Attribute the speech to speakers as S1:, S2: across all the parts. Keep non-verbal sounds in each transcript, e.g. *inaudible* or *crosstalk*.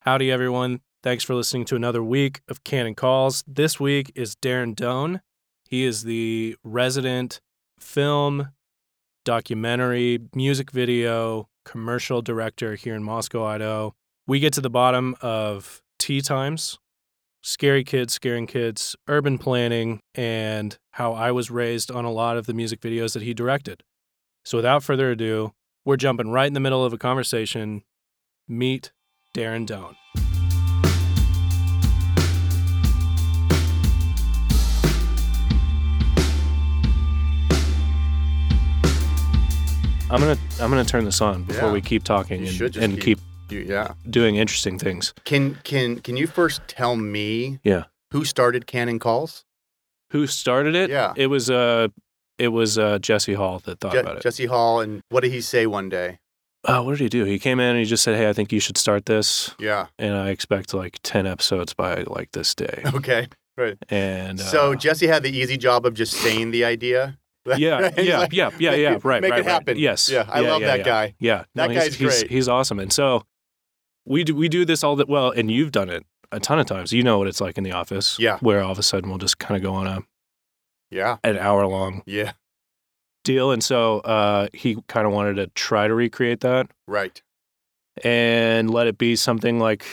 S1: Howdy, everyone. Thanks for listening to another week of Cannon Calls. This week is Darren Doan. He is the resident film, documentary, music video, commercial director here in Moscow, Idaho. We get to the bottom of tea times, scary kids, scaring kids, urban planning, and how I was raised on a lot of the music videos that he directed. So without further ado, we're jumping right in the middle of a conversation. Meet Darren Doan. I'm gonna I'm gonna turn this on before
S2: Yeah.
S1: we keep talking
S2: You
S1: and,
S2: should just
S1: and
S2: keep-
S1: keep
S2: You, yeah.
S1: doing interesting things.
S2: Can can can you first tell me?
S1: Yeah.
S2: Who started Cannon Calls?
S1: Who started it?
S2: Yeah.
S1: it was uh, it was uh, Jesse Hall that thought
S2: Je-
S1: about it.
S2: Jesse Hall, and what did he say one day?
S1: Uh, what did he do? He came in and he just said, "Hey, I think you should start this,
S2: Yeah. *laughs*
S1: and I expect like ten episodes by like this day."
S2: Okay.
S1: And uh,
S2: so Jesse had the easy job of just saying the idea. *laughs*
S1: yeah,
S2: He's
S1: yeah,
S2: like,
S1: yeah, yeah, yeah,
S2: "Make-
S1: right,
S2: Make
S1: right,
S2: it
S1: right.
S2: happen.
S1: Yes,
S2: Yeah. I love
S1: yeah,
S2: that
S1: yeah.
S2: guy.
S1: Yeah,
S2: That
S1: he's,
S2: guy's
S1: he's,
S2: great.
S1: He's awesome, and so we do we do this all that well, and you've done it a ton of times. You know what it's like in the office,
S2: Yeah.
S1: where all of a sudden we'll just kind of go on a
S2: Yeah.
S1: an hour long
S2: Yeah.
S1: deal, and so uh, he kind of wanted to try to recreate that.
S2: Right.
S1: and let it be something like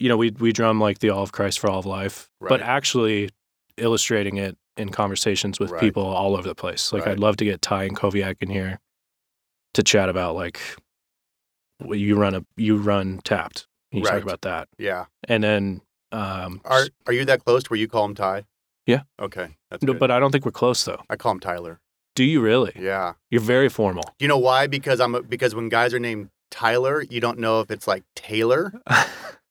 S1: you know we we drum like the all of Christ for all of life, but
S2: Right.
S1: actually illustrating it in conversations with
S2: Right.
S1: people all over the place. Like
S2: Right.
S1: I'd love to get Ty and Koviak in here to chat about like well, you run a you run tapped. and You
S2: Right.
S1: talk about that,
S2: Yeah.
S1: and then um,
S2: Are
S1: s-
S2: Are you that close to where you call him Ty?
S1: Yeah.
S2: Okay. That's
S1: no,
S2: good.
S1: but I don't think we're close though.
S2: I call him Tyler.
S1: Do you really?
S2: Yeah.
S1: You're very
S2: *laughs*
S1: formal.
S2: You know why? Because I'm a, because when guys are named Tyler, you don't know if it's like Taylor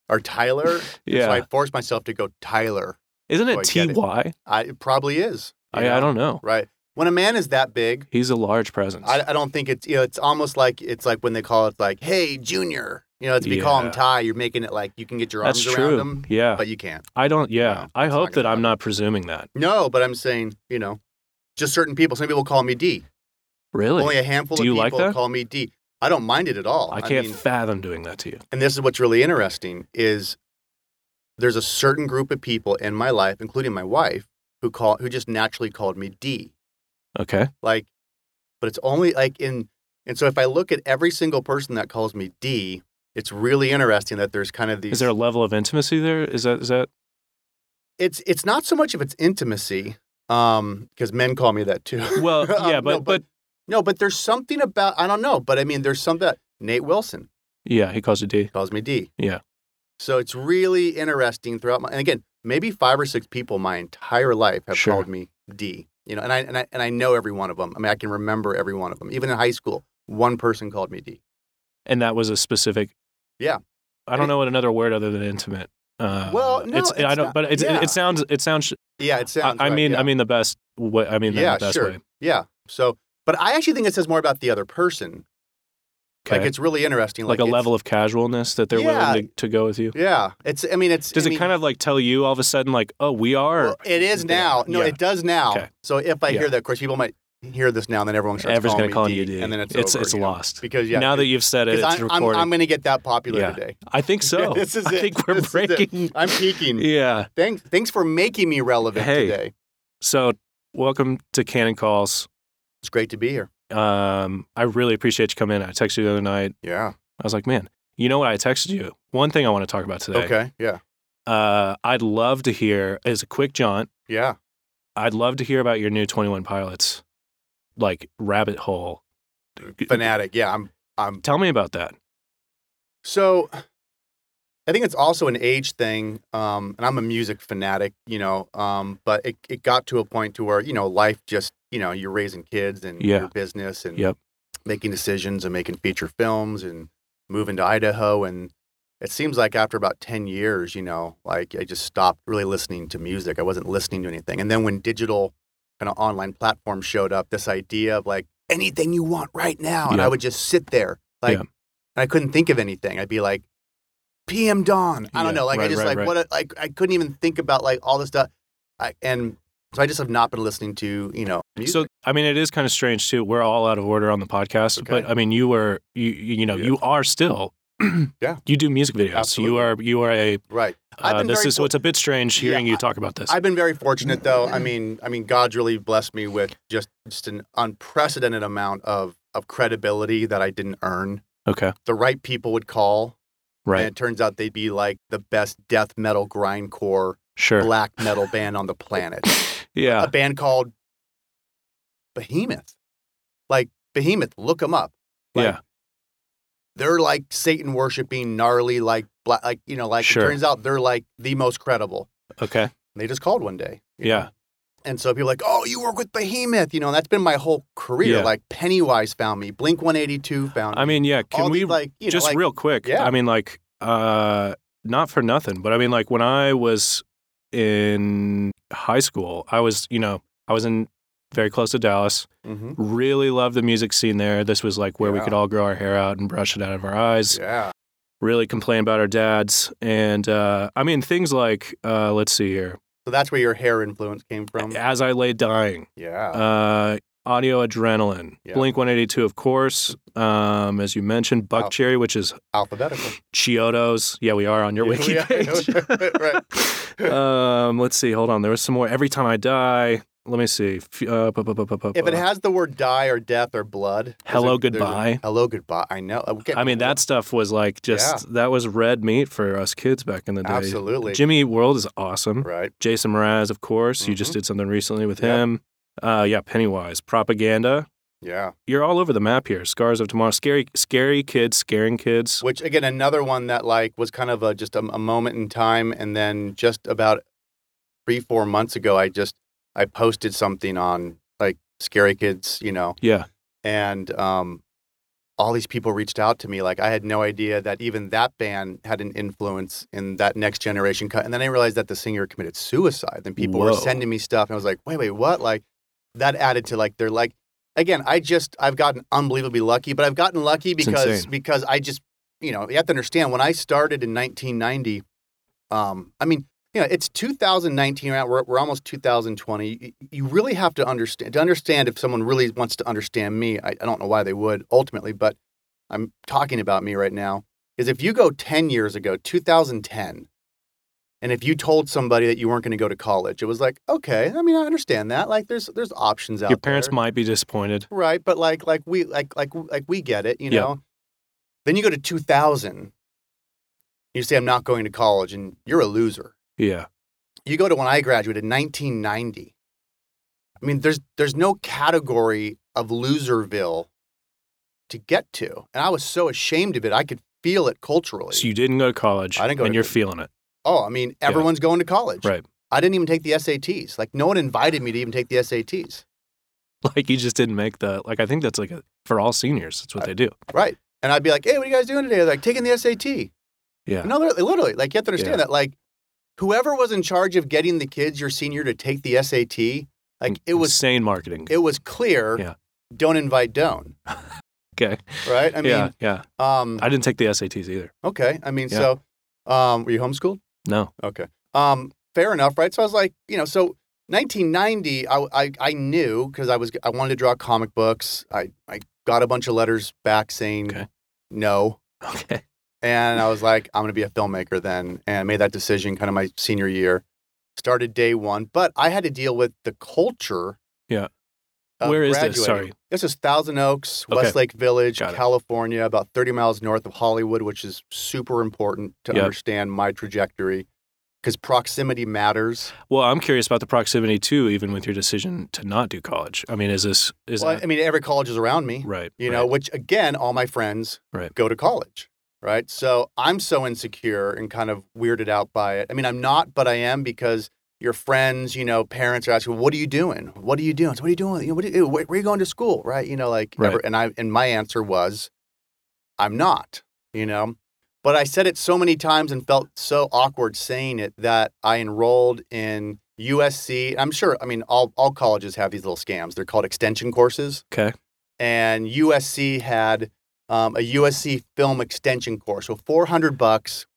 S2: or Tyler.
S1: yeah,
S2: So I forced myself to go Tyler.
S1: isn't
S2: so I
S1: it
S2: get it.
S1: Ty?
S2: I, it probably is. you
S1: I, I
S2: know?
S1: don't know.
S2: Right. When a man is that big,
S1: He's a large presence.
S2: I, I don't think it's you know it's almost like it's like when they call it like hey junior you know if you call him
S1: Yeah.
S2: Ty you're making it like you can get your
S1: That's
S2: arms
S1: true.
S2: around him
S1: yeah,
S2: but you can't
S1: I don't. Yeah,
S2: No,
S1: I
S2: it's
S1: hope
S2: not gonna
S1: that I'm
S2: happen.
S1: not presuming that.
S2: no but I'm saying you know just certain people some people call me D
S1: Really,
S2: only a handful
S1: Do
S2: of
S1: you
S2: people
S1: like that?
S2: call me D Oh, I don't mind it at all
S1: I can't
S2: mean,
S1: fathom doing that to you.
S2: and this is what's really interesting is there's a certain group of people in my life including my wife who call who just naturally called me D
S1: Okay,
S2: like but it's only like in and so if i look at every single person that calls me d it's really interesting that there's kind of these
S1: is there a level of intimacy there? Is that is that
S2: it's it's not so much of its intimacy um because men call me that too *laughs*
S1: well?
S2: Um,
S1: Yeah, but,
S2: no,
S1: but
S2: no but there's something about i don't know but i mean there's something that nate wilson
S1: yeah, he calls you D.
S2: calls me d
S1: Yeah.
S2: so it's really interesting throughout my and again maybe five or six people my entire life have
S1: Sure.
S2: called me d you know and I, and I and i know every one of them i mean i can remember every one of them even in high school one person called me d
S1: and that was a specific.
S2: Yeah.
S1: I don't know what another word other than intimate. Uh,
S2: Well, no,
S1: it's, I
S2: it's
S1: don't.
S2: not-
S1: but it's, it,
S2: yeah.
S1: it sounds it sounds.
S2: Yeah, it
S1: I,
S2: sounds.
S1: I
S2: right,
S1: mean
S2: yeah.
S1: I mean the best. way I mean that in
S2: Yeah,
S1: the best
S2: sure.
S1: way.
S2: yeah. So, but I actually think it says more about the other person.
S1: Okay,
S2: Like, it's really interesting.
S1: like, a
S2: it's-
S1: level of casualness that they're
S2: Yeah.
S1: willing to, to go with you.
S2: Yeah, it's. I mean, it's.
S1: Does
S2: I
S1: it
S2: mean,
S1: kind of like tell you all of a sudden like oh we are
S2: well, it is
S1: Yeah,
S2: now. No,
S1: yeah.
S2: it does now.
S1: Okay.
S2: So if I
S1: Yeah.
S2: hear that, of course, people might hear this now, and then everyone starts
S1: everyone's
S2: calling
S1: gonna
S2: me
S1: call
S2: D,
S1: you D
S2: and then it's
S1: it's
S2: over,
S1: it's
S2: you know?
S1: lost.
S2: because yeah.
S1: now that
S2: *laughs*
S1: you've said it,
S2: because
S1: it's
S2: I'm, I'm,
S1: recorded.
S2: I'm going to get that popular
S1: Yeah.
S2: today.
S1: I think *laughs* so.
S2: *laughs* This is
S1: I
S2: it.
S1: think we're
S2: This is it.
S1: breaking.
S2: *laughs* I'm peaking.
S1: *laughs* Yeah.
S2: Thanks, thanks for making me relevant
S1: Hey.
S2: today.
S1: So, welcome to Cannon Calls.
S2: It's great to be here.
S1: Um, I really appreciate you coming in. I texted you the other night.
S2: Yeah.
S1: I was like, man, you know what? I texted you. One thing I want to talk about today.
S2: Okay. Yeah.
S1: Uh, I'd love to hear as a quick jaunt.
S2: Yeah.
S1: I'd love to hear about your new Twenty One Pilots, like rabbit hole.
S2: Fanatic. Yeah. I'm. I'm
S1: Tell me about that.
S2: So I think it's also an age thing. Um, and I'm a music fanatic, you know, um, but it, it got to a point to where, you know, life just, you know, you're raising kids and
S1: Yeah.
S2: your business and
S1: Yep.
S2: making decisions and making feature films and moving to Idaho. And it seems like after about 10 years, you know, like I just stopped really listening to music. I wasn't listening to anything. And then when digital kind of online platforms showed up, this idea of like anything you want right now. And I
S1: Yep.
S2: would just sit there like,
S1: Yeah.
S2: and I couldn't think of anything. I'd be like, PM Dawn. I don't
S1: Yeah,
S2: know. Like I
S1: right,
S2: just
S1: right,
S2: like
S1: right.
S2: what a, like I couldn't even think about like all this stuff. I, and so I just have not been listening to you know. Music.
S1: So, I mean, it is kind of strange too. We're all out of order on the podcast,
S2: Okay.
S1: but I mean, you were you you know
S2: Yeah.
S1: you are still *clears throat*
S2: Yeah.
S1: You do music videos. You
S2: Absolutely.
S1: are you are a
S2: Right. I've
S1: uh,
S2: been
S1: this
S2: very
S1: is so it's a bit strange
S2: Yeah,
S1: hearing you talk about this.
S2: I've been very fortunate though. I mean, I mean, God's really blessed me with just just an unprecedented amount of of credibility that I didn't earn.
S1: okay.
S2: The right people would call,
S1: Right.
S2: and it turns out they'd be like the best death metal grindcore
S1: sure.
S2: black uh, metal band on the planet.
S1: *laughs* yeah.
S2: a band called Behemoth. Like Behemoth, look them up. like,
S1: yeah.
S2: They're like Satan worshiping, gnarly, like black, like you know, like
S1: Sure.
S2: it turns out they're like the most credible.
S1: Okay.
S2: And they just called one day. you
S1: Yeah.
S2: know? And so people are like, oh, you work with Behemoth, you know, and that's been my whole career.
S1: Yeah.
S2: Like Pennywise found me, Blink 182 found
S1: I
S2: me.
S1: mean, yeah. Can
S2: all
S1: we
S2: these, like, you know,
S1: just
S2: like-
S1: real quick?
S2: Yeah.
S1: I mean, like, uh, not for nothing, but I mean, like, when I was in high school, I was, you know, I was in very close to Dallas.
S2: Mhm.
S1: Really loved the music scene there. This was like where we
S2: Yeah.
S1: could all grow our hair out and brush it out of our eyes.
S2: Yeah.
S1: Really complain about our dads, and uh, I mean, things like, uh, let's see here,
S2: So that's where your hair influence came from.
S1: as I lay dying.
S2: Um, Yeah.
S1: uh, audio adrenaline,
S2: Yeah.
S1: Blink 182, of course, um, as you mentioned, Buck
S2: Wow.
S1: Cherry, which is
S2: Alphabetical.
S1: uh, Chiodo's. Yeah, we are on your
S2: Yeah,
S1: wiki
S2: we are. *laughs*
S1: page. *laughs*
S2: Right.
S1: um, let's see. Hold on. There was some more. Every time I die. Let me see. F- Uh, bu- bu- bu- bu- bu-
S2: If
S1: bu-
S2: it has the word die or death or blood. there's
S1: Hello,
S2: a- there's a-
S1: goodbye.
S2: hello, goodbye. I know. Okay.
S1: I mean, that stuff was like just that was red meat for us kids back in the day.
S2: Absolutely.
S1: Jimmy Eat World is awesome.
S2: Right.
S1: Jason Mraz, of course. You just
S2: Mhm.
S1: did something recently with
S2: Yep.
S1: him. Uh, yeah, Pennywise, propaganda.
S2: Yeah.
S1: You're all over the map here. Scars of Tomorrow, scary, scary kids, scaring kids.
S2: Which again, another one that like was kind of a, just a, a moment in time, and then just about three, four months ago, I just I posted something on like scary kids, you know,
S1: Yeah.
S2: and um, all these people reached out to me. Like I had no idea that even that band had an influence in that next generation cut. And then I realized that the singer committed suicide. Then people were
S1: Whoa.
S2: sending me stuff, and I was like, wait, wait, what? Like that added to like they're like again. I just I've gotten unbelievably lucky, but I've gotten lucky
S1: It's
S2: because
S1: insane.
S2: because I just you know you have to understand when I started in 1990. Um, I mean. You know, it's 2019 right? We're, we're almost 2020. You, you really have to understand to understand if someone really wants to understand me. I, I don't know why they would ultimately, but I'm talking about me right now. Is if you go 10 years ago, 2010, and if you told somebody that you weren't going to go to college, it was like, okay, I mean, I understand that. Like, there's there's options out
S1: Your parents
S2: there.
S1: might be disappointed.
S2: right? But like like we like like like we get it, you
S1: Yeah.
S2: know. Then you go to 2000. You say I'm not going to college, and you're a loser
S1: Yeah.
S2: you go to when I graduated, 1990. I mean, there's there's no category of loserville to get to, and I was so ashamed of it. I could feel it culturally.
S1: So you didn't go to college.
S2: I didn't go
S1: And
S2: to-
S1: you're feeling it. *laughs*
S2: oh, I mean,
S1: Yeah.
S2: everyone's going to college.
S1: Right.
S2: I didn't even take the SATs. Like no one invited me to even take the SATs.
S1: Like you just didn't make the, like, I think that's like a, for all seniors. That's what
S2: I-
S1: they do.
S2: Right. And I'd be like, "Hey, what are you guys doing today?" They're like, "Taking the SAT."
S1: Yeah.
S2: No, literally, literally, like you have to understand
S1: Yeah.
S2: that, like, whoever was in charge of getting the kids your senior to take the SAT, like, it was
S1: insane marketing.
S2: it was clear.
S1: Mm, Yeah.
S2: Don't invite don't.
S1: okay.
S2: right? I mean,
S1: yeah. Yeah.
S2: um,
S1: I didn't take the SATs either.
S2: okay. I mean,
S1: Yeah.
S2: so um, were you homeschooled?
S1: No. *laughs*
S2: Okay. Um, fair enough, right? So I was like, you know, so 1990, I I, I knew because I was I wanted to draw comic books. I I got a bunch of letters back saying
S1: Okay.
S2: no,
S1: Okay.
S2: and I was like, I'm gonna be a filmmaker then, and I made that decision kind of my senior year. Started day one, but I had to deal with the culture.
S1: Yeah.
S2: of
S1: Where is
S2: graduating.
S1: this? Sorry.
S2: This is Thousand Oaks,
S1: Okay.
S2: Westlake Village,
S1: Got it.
S2: California, about 30 miles north of Hollywood, which is super important to
S1: Yep.
S2: understand my trajectory because proximity matters.
S1: Well, I'm curious about the proximity too, even with your decision to not do college. I mean, is this, is
S2: Well,
S1: that,
S2: I mean, every college is around me,
S1: right.
S2: you
S1: right.
S2: know, which again, all my friends
S1: Right.
S2: go to college, right? So I'm so insecure and kind of weirded out by it. I mean, I'm not, but I am because your friends, you know, parents are asking, "What are you doing? What are you doing? So what are you doing? You know, what are you, where, where are you going to school?" Right? You know, like,
S1: Right.
S2: and I and my answer was, "I'm not," you know. But I said it so many times and felt so awkward saying it that I enrolled in USC. I'm sure, I mean, all, all colleges have these little scams. They're called extension courses.
S1: Okay.
S2: And USC had um, a USC film extension course. So 400 bucks,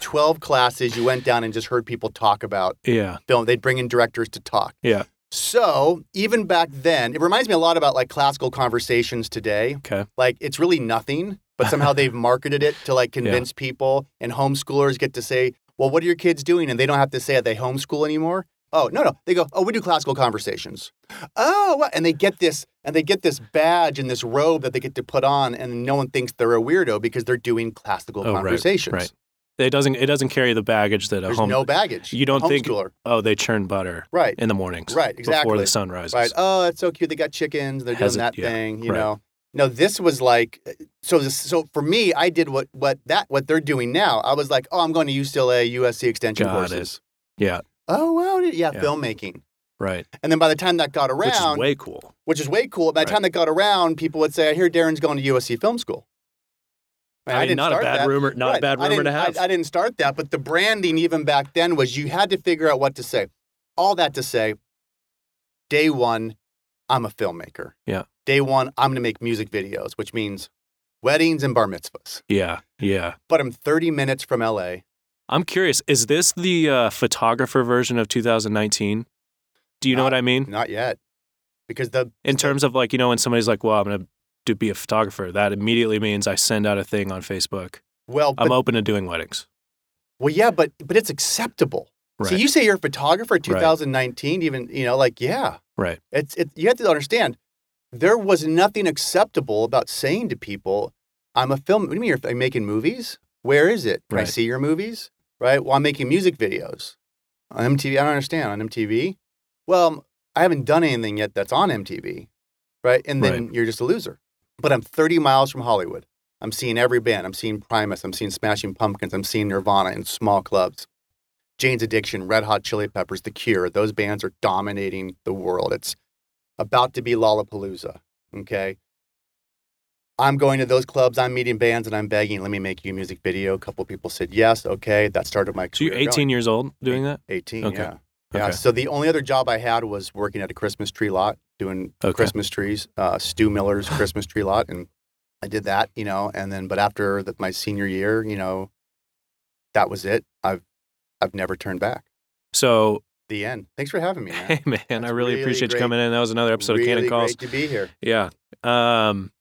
S2: 12 classes. You went down and just heard people talk about
S1: yeah.
S2: film. They'd bring in directors to talk.
S1: Yeah.
S2: So even back then, it reminds me a lot about like classical conversations today.
S1: Okay.
S2: Like it's really nothing, but
S1: *laughs*
S2: somehow they've marketed it to like convince people and homeschoolers get to say, well, what are your kids doing? And they don't have to say that they homeschool anymore. Oh, no, no. They go, oh, we do classical conversations. Oh, what? and they get this and they get this badge and this robe that they get to put on and no one thinks they're a weirdo because they're doing classical
S1: Oh, right,
S2: conversations.
S1: right. It doesn't. It doesn't carry the baggage that a
S2: There's
S1: home.
S2: no baggage.
S1: You don't think-
S2: Homeschooler.
S1: oh, they churn butter
S2: Right.
S1: in the mornings.
S2: Right,
S1: Before
S2: exactly.
S1: the sun rises.
S2: Right. Oh, it's so cute. They got chickens. They're
S1: Has it-
S2: doing that
S1: yeah,
S2: thing. You
S1: right.
S2: know. No, this was like eh, so. This, so for me, I did what what that what they're doing now. I was like, oh, I'm going to UCLA USC extension
S1: Got it.
S2: courses.
S1: Yeah.
S2: Oh wow. did- Yeah,
S1: Yeah.
S2: Filmmaking.
S1: Right.
S2: And then by the time that got
S1: Which is
S2: around,
S1: way cool.
S2: which is way cool. By the
S1: Right.
S2: time that got around, people would say, I hear Darren's going to USC Film School. And
S1: I mean,
S2: didn't
S1: not a
S2: start
S1: bad
S2: that.
S1: rumor. Not a
S2: Right.
S1: bad
S2: I
S1: rumor to
S2: didn't-
S1: have.
S2: I, I didn't start that, but the branding even back then was you had to figure out what to say. All that to say, day one, I'm a filmmaker.
S1: Yeah.
S2: Day one, I'm going to make music videos, which means weddings and bar mitzvahs.
S1: yeah. Yeah.
S2: But I'm 30 minutes from LA.
S1: I'm curious. Is this the uh, photographer version of 2019? Do you know
S2: Uh,
S1: what I mean?
S2: Not yet, because the
S1: In terms of like, you know, when somebody's like, "Well, I'm gonna do be a photographer," that immediately means I send out a thing on Facebook.
S2: well, but,
S1: I'm open to doing weddings.
S2: well, yeah, but but it's acceptable.
S1: Right.
S2: So you say you're a photographer 2019, even, you know, like, yeah.
S1: Right.
S2: It's, it, you have to understand there was nothing acceptable about saying to people, I'm a film. What do you mean you're I'm making movies? Where is it? Can I
S1: Right.
S2: see your movies? Right. Well, I'm making music videos on MTV. I don't understand. On MTV? Well, I haven't done anything yet that's on MTV. Right. And then you're just a loser. But I'm 30 miles from Hollywood. I'm seeing every band. I'm seeing Primus. I'm seeing Smashing Pumpkins. I'm seeing Nirvana in small clubs. Jane's Addiction, Red Hot Chili Peppers, The Cure. Those bands are dominating the world. It's about to be Lollapalooza. Okay. I'm going to those clubs. I'm meeting bands and I'm begging, let me make you a music video. A couple people said yes. Okay. That started my
S1: So
S2: career.
S1: you're
S2: going.
S1: 18 years old doing that?
S2: 18.
S1: Okay.
S2: Yeah. Yeah.
S1: Okay.
S2: So the only other job I had was working at a Christmas tree lot, doing
S1: Okay.
S2: Christmas trees, uh, Stu Miller's Christmas tree lot, and I did that, you know. And then, but after the, my senior year, you know, that was it. I've I've never turned back.
S1: So,
S2: The end. Thanks for having me. Man.
S1: *laughs* hey man, I really,
S2: That's really
S1: appreciate you
S2: great.
S1: coming in. That was another episode
S2: really
S1: of Cannon Calls.
S2: Great to be here.
S1: Yeah. Um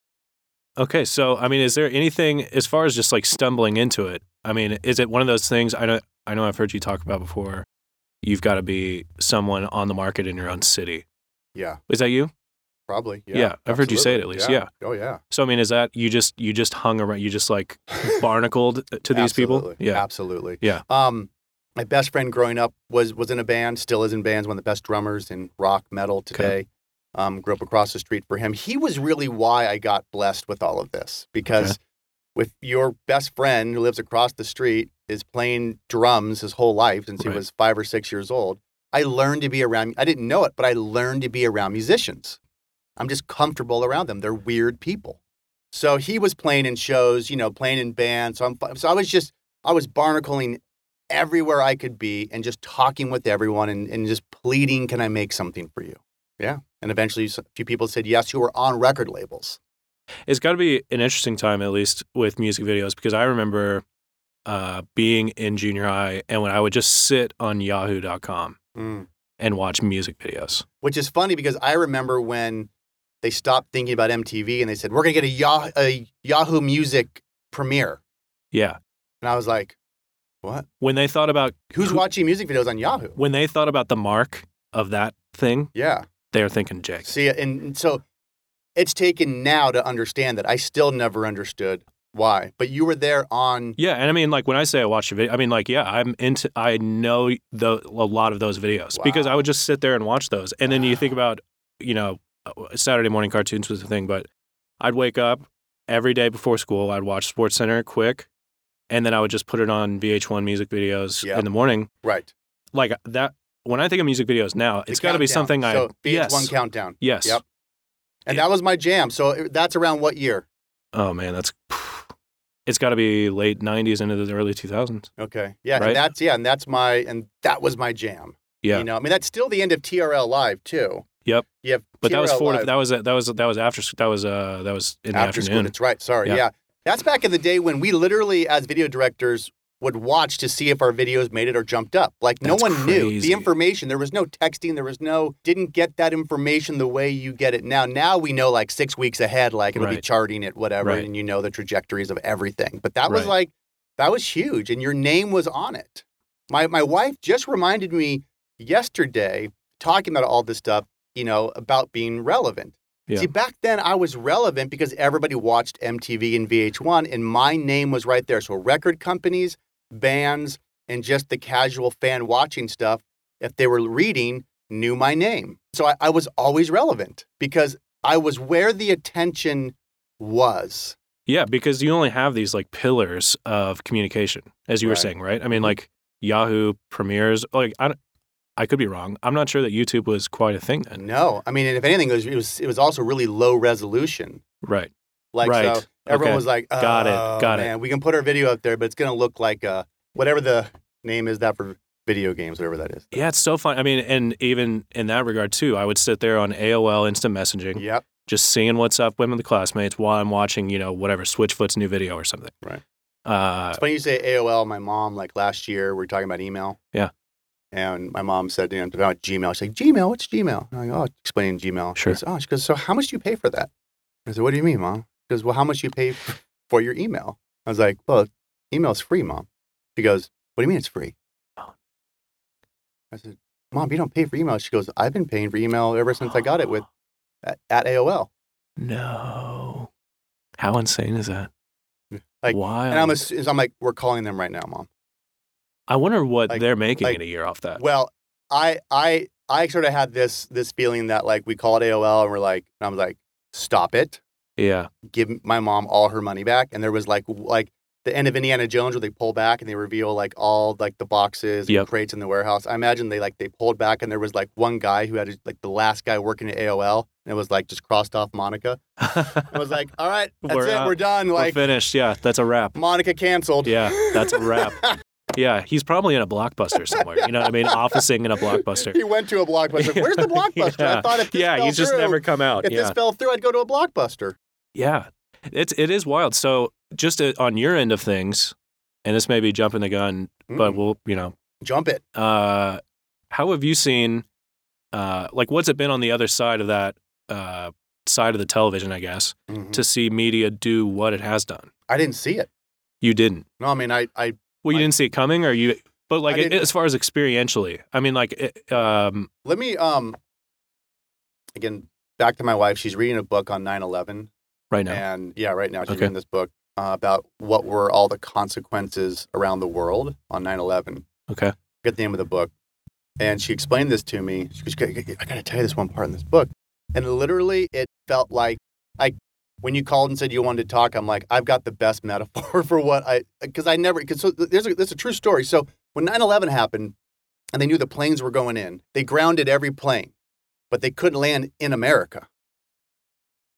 S1: Okay, so I mean, is there anything as far as just like stumbling into it? I mean, is it one of those things I know I know I've heard you talk about before. You've got to be someone on the market in your own city.
S2: Yeah,
S1: Is that you?
S2: probably. Yeah,
S1: I've heard you say it at
S2: absolutely.
S1: least. yeah.
S2: Oh yeah.
S1: So I mean, is that you just you just hung around you just
S2: *laughs*
S1: like barnacled to these people?
S2: Absolutely,
S1: Yeah.
S2: absolutely.
S1: Yeah.
S2: Um, my best friend growing up was was in a band, still is in bands, one of the best drummers in rock metal today. Um, grew up across the street for him. He was really why I got blessed with all of this because with your best friend who lives across the street is playing drums his whole life since
S1: Right.
S2: he was five or six years old. I learned to be around. I didn't know it, but I learned to be around musicians. I'm just comfortable around them. They're weird people. So he was playing in shows, you know, playing in bands. So I'm, so I was just, I was barnacling everywhere I could be and just talking with everyone and, and just pleading, can I make something for you? Yeah. And eventually s- a few people said yes who were on record labels.
S1: It's got to be an interesting time, at least with music videos, because I remember uh, being in junior high and when I would just sit on Yahoo.com and watch music videos.
S2: Which is funny because I remember when they stopped thinking about MTV and they said, we're going to get a, Yah- a Yahoo Music premiere.
S1: Yeah,
S2: And I was like, what?
S1: when they thought about
S2: Who's
S1: who-
S2: watching music videos on Yahoo?
S1: when they thought about the mark of that thing,
S2: Yeah.
S1: they were thinking Jake.
S2: See, and and so it's taken now to understand that I still never understood why, but you were there on.
S1: Yeah, and I mean, like when I say I watch a video, I mean, like yeah, I'm into. I know the, a lot of those videos because I
S2: Wow.
S1: would just sit there and watch those. And then you think
S2: Wow.
S1: about, you know, uh, Saturday morning cartoons was the thing, but I'd wake up every day before school. I'd watch Sports Center quick, and then I would just put it on VH1 music videos
S2: Yeah.
S1: in the morning.
S2: Right.
S1: Like that. When I think of music videos now, it's got to be something I
S2: So VH1
S1: yes,
S2: countdown.
S1: yes.
S2: Yep. And
S1: Yeah.
S2: that was my jam. So it- that's around what year?
S1: Oh man, that's *sighs* it's got to be late '90s into the early 2000s.
S2: Okay. Yeah.
S1: Right.
S2: And that's, yeah. And that's my, and that was my jam.
S1: Yeah.
S2: You know, I mean, that's still the end of TRL Live, too.
S1: Yep.
S2: You have
S1: But that was
S2: TRL
S1: four.
S2: Live
S1: That was that was that was after. That was uh that was in the
S2: after school.
S1: afternoon.
S2: That's right. Sorry.
S1: Yeah.
S2: Yeah. That's back in the day when we literally, as video directors, would watch to see if our videos made it or jumped up. Like no
S1: That's
S2: one knew
S1: crazy.
S2: the information. There was no texting. There was no didn't get that information the way you get it now. Now we know like six weeks ahead, like it'll be
S1: Right.
S2: charting it, whatever,
S1: Right.
S2: and you know the trajectories of everything. But that was
S1: Right.
S2: like that was huge, and your name was on it. My my wife just reminded me yesterday talking about all this stuff. You know about being relevant.
S1: Yeah.
S2: See, back then I was relevant because everybody watched MTV and VH1, and my name was right there. So record companies, bands, and just the casual fan watching stuff, if they were reading, knew my name. So I, I was always relevant because I was where the attention was.
S1: Yeah, because you only have these like pillars of communication, as you were
S2: Right. Mm-hmm.
S1: saying, right? I mean, like Yahoo premieres. Like, I, don't- I could be wrong. I'm not sure that YouTube was quite a thing then.
S2: No, I mean, and if anything, it was it was, it was also really low resolution.
S1: Right.
S2: Like
S1: Right.
S2: so, everyone
S1: Okay.
S2: was like, oh,
S1: Got it. Got it."
S2: man, We can put our video up there, but it's gonna look like uh, whatever the name is that for video games, whatever that is.
S1: Yeah, it's so fun. I mean, and even in that regard too, I would sit there on AOL instant messaging,
S2: Yep.
S1: just seeing what's up with the classmates while I'm watching, you know, whatever Switchfoot's new video or something.
S2: Right.
S1: Uh,
S2: It's funny you say AOL. My mom, like last year, we were talking about email.
S1: Yeah.
S2: And my mom said, you know, about Gmail. She's like, Gmail, what's Gmail? And I go, oh, explaining Gmail. She
S1: Sure.
S2: goes, oh, she goes, so how much do you pay for that? I said, what do you mean, mom? She goes, well, how much do you pay *laughs* f- for your email? I was like, well, email's free, mom. She goes, what do you mean it's free?
S1: Oh.
S2: I said, mom, you don't pay for email. She goes, I've been paying for email ever since I got
S1: *gasps*
S2: it with at, at AOL.
S1: no. How insane is that?
S2: Like,
S1: Why?
S2: And I'm, ass- I'm like, we're calling them right now, mom.
S1: I wonder what
S2: like-
S1: they're making
S2: like-
S1: in a year off that.
S2: Uh, Well, I I I sort of had this this feeling that like we called AOL and we're like, and I was like, stop it,
S1: yeah.
S2: give my mom all her money back. And there was like like the end of Indiana Jones where they pull back and they reveal like all like the boxes and
S1: Yep.
S2: crates in the warehouse. I imagine they like they pulled back and there was like one guy who had his- like the last guy working at AOL and it was like just crossed off Monica. I was like, all right, that's
S1: We're
S2: it,
S1: out.
S2: we're done. like
S1: *laughs* We're finished. Yeah, that's a
S2: *laughs*
S1: wrap.
S2: Monica canceled.
S1: Yeah, that's a
S2: *laughs*
S1: wrap. Yeah, he's probably in a blockbuster somewhere. You know what I mean? Officing in a blockbuster.
S2: *laughs* He went to a blockbuster. Where's the blockbuster?
S1: *laughs*
S2: I
S1: Yeah.
S2: thought if this
S1: Yeah,
S2: fell
S1: he's just
S2: through,
S1: never come out.
S2: If
S1: yeah.
S2: this fell through, I'd go to a blockbuster.
S1: Yeah, it's it is wild. So just uh on your end of things, and this may be jumping the gun, but
S2: Mm,
S1: we'll you know,
S2: jump it.
S1: uh, how have you seen, uh, like what's it been on the other side of that uh, side of the television, I guess,
S2: Mm-hmm.
S1: to see media do what it has done?
S2: I didn't see it.
S1: You didn't.
S2: No, I mean, I, I
S1: Well, you
S2: I-
S1: didn't see it coming, or you. But like
S2: I didn't-
S1: as far as experientially, I mean, like it, um,
S2: let me um again back to my wife. She's reading a book on 9/11,
S1: right now.
S2: and yeah, right now she's
S1: Okay.
S2: reading this book uh, about what were all the consequences around the world on 9/11.
S1: Okay.
S2: Get the name of the book, and she explained this to me. She goes, "I- "I gotta tell you this one part in this book," and literally it felt like I. When you called and said you wanted to talk, I'm like, I've got the best *laughs* metaphor for what I, because I never, because so there's a, there's a true story. So when 9/11 happened, and they knew the planes were going in, they grounded every plane, but they couldn't land in America.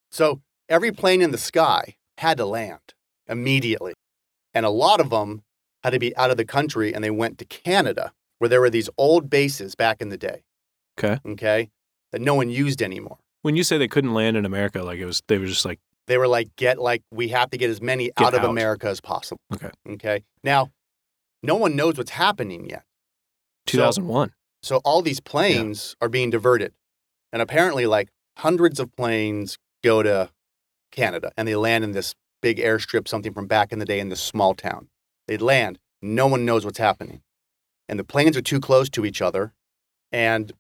S2: So every plane in the sky had to land immediately. And a lot of them had to be out of the country and they went to Canada, where there were these old bases back in the day.
S1: Okay.
S2: Okay. That no one used anymore.
S1: When you say they couldn't land in America, like it was, they were just like,
S2: They were like, get like, we have to get as many
S1: Get
S2: out of
S1: out.
S2: America as possible.
S1: Okay.
S2: Okay. Now, no one knows what's happening yet.
S1: 2001.
S2: So all these planes are being diverted. And apparently, like hundreds of planes go to Canada and they land in this big airstrip, something from back in the day in this small town. They land, no one knows what's happening. And the planes are too close to each other. And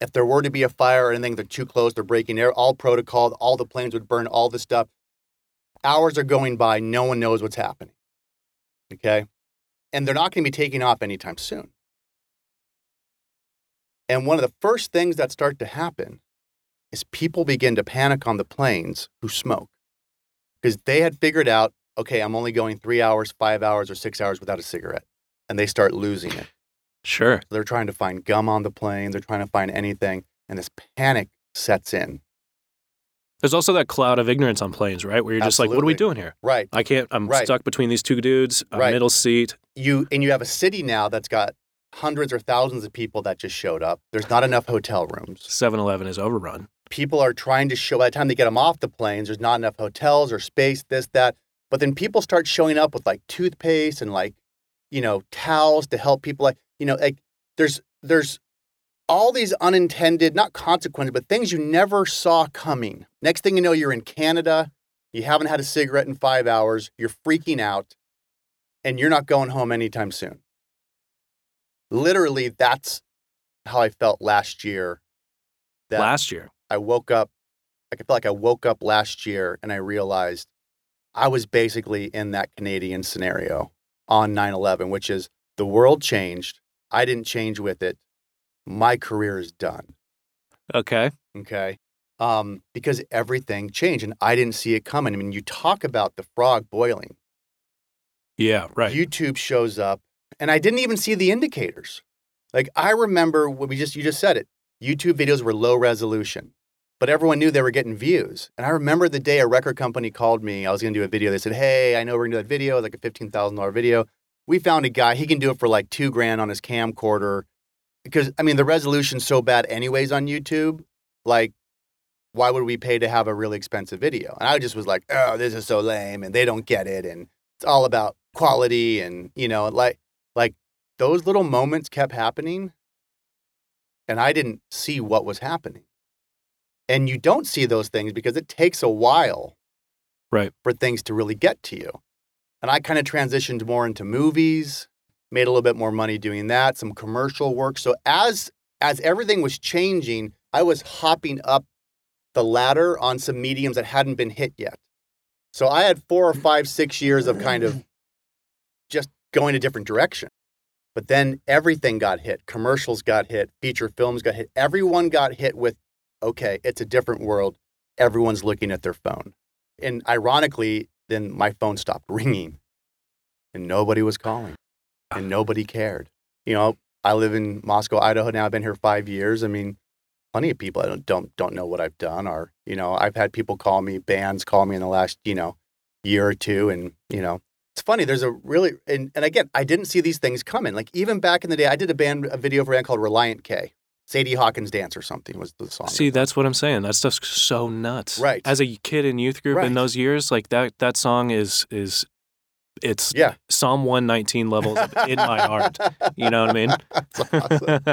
S2: if there were to be a fire or anything, they're too close, they're breaking air, all protocol, all the planes would burn, all this stuff. Hours are going by, no one knows what's happening. Okay. And they're not going to be taking off anytime soon. And one of the first things that start to happen is people begin to panic on the planes who smoke because they had figured out, okay, I'm only going three hours, five hours, or six hours without a cigarette. And they start losing it.
S1: Sure.
S2: They're trying to find gum on the plane, they're trying to find anything. And this panic sets in.
S1: There's also that cloud of ignorance on planes, right? Where you're just like, what are we
S2: Absolutely.
S1: doing here?
S2: Right.
S1: I can't, I'm
S2: Right.
S1: stuck between these two dudes, I'm
S2: Right.
S1: middle seat.
S2: You and you have a city now that's got hundreds or thousands of people that just showed up. There's not enough hotel rooms.
S1: 7 Eleven is overrun.
S2: people are trying to show by the time they get them off the planes there's not enough hotels or space this that but then people start showing up with like toothpaste and like you know, towels to help people. Like, you know, like there's there's all these unintended, not consequences, but things you never saw coming. Next thing you know, you're in Canada, you haven't had a cigarette in five hours, you're freaking out, and you're not going home anytime soon. Literally, that's how I felt last year. That
S1: last year.
S2: I woke up, I felt like I woke up last year and I realized I was basically in that Canadian scenario on 9 11, which is the world changed. I didn't change with it. My career is done.
S1: Okay.
S2: Okay. Um, because everything changed and I didn't see it coming. I mean, you talk about the frog boiling.
S1: Yeah, right.
S2: YouTube shows up and I didn't even see the indicators. Like I remember when we just you just said it. YouTube videos were low resolution, but everyone knew they were getting views. And I remember the day a record company called me. I was going to do a video. They said, "Hey, I know we're going to do that video, like a fifteen thousand dollar video. We found a guy. He can do it for like two grand on his camcorder, because I mean the resolution's so bad anyways on YouTube. Like, why would we pay to have a really expensive video?" And I just was like, "Oh, this is so lame, and they don't get it, and it's all about quality, and you know, like, like." Those little moments kept happening and I didn't see what was happening. And you don't see those things because it takes a while
S1: right.
S2: for things to really get to you. And I kind of transitioned more into movies, made a little bit more money doing that, some commercial work. So as as everything was changing, I was hopping up the ladder on some mediums that hadn't been hit yet. So I had four or five, six years of kind of just going a different direction. But then everything got hit. Commercials got hit. Feature films got hit. Everyone got hit with, okay, it's a different world. Everyone's looking at their phone. And ironically, then my phone stopped *laughs* ringing and nobody was calling and nobody cared. You know, I live in Moscow, Idaho now. I've been here five years. I mean, plenty of people I don't, don't, don't know what I've done or, you know, I've had people call me, bands call me in the last, you know, year or two. And, you know, it's funny. There's a really and, and again, I didn't see these things coming. Like even back in the day, I did a band a video for a band called Reliant K. Sadie Hawkins Dance or something was the song.
S1: See, that's what I'm saying. That stuff's so nuts.
S2: Right.
S1: As a kid in youth group in
S2: Right.
S1: those years, like that that song is is it's
S2: Yeah.
S1: Psalm 119 levels of in
S2: *laughs*
S1: my heart. You know what I mean?
S2: That's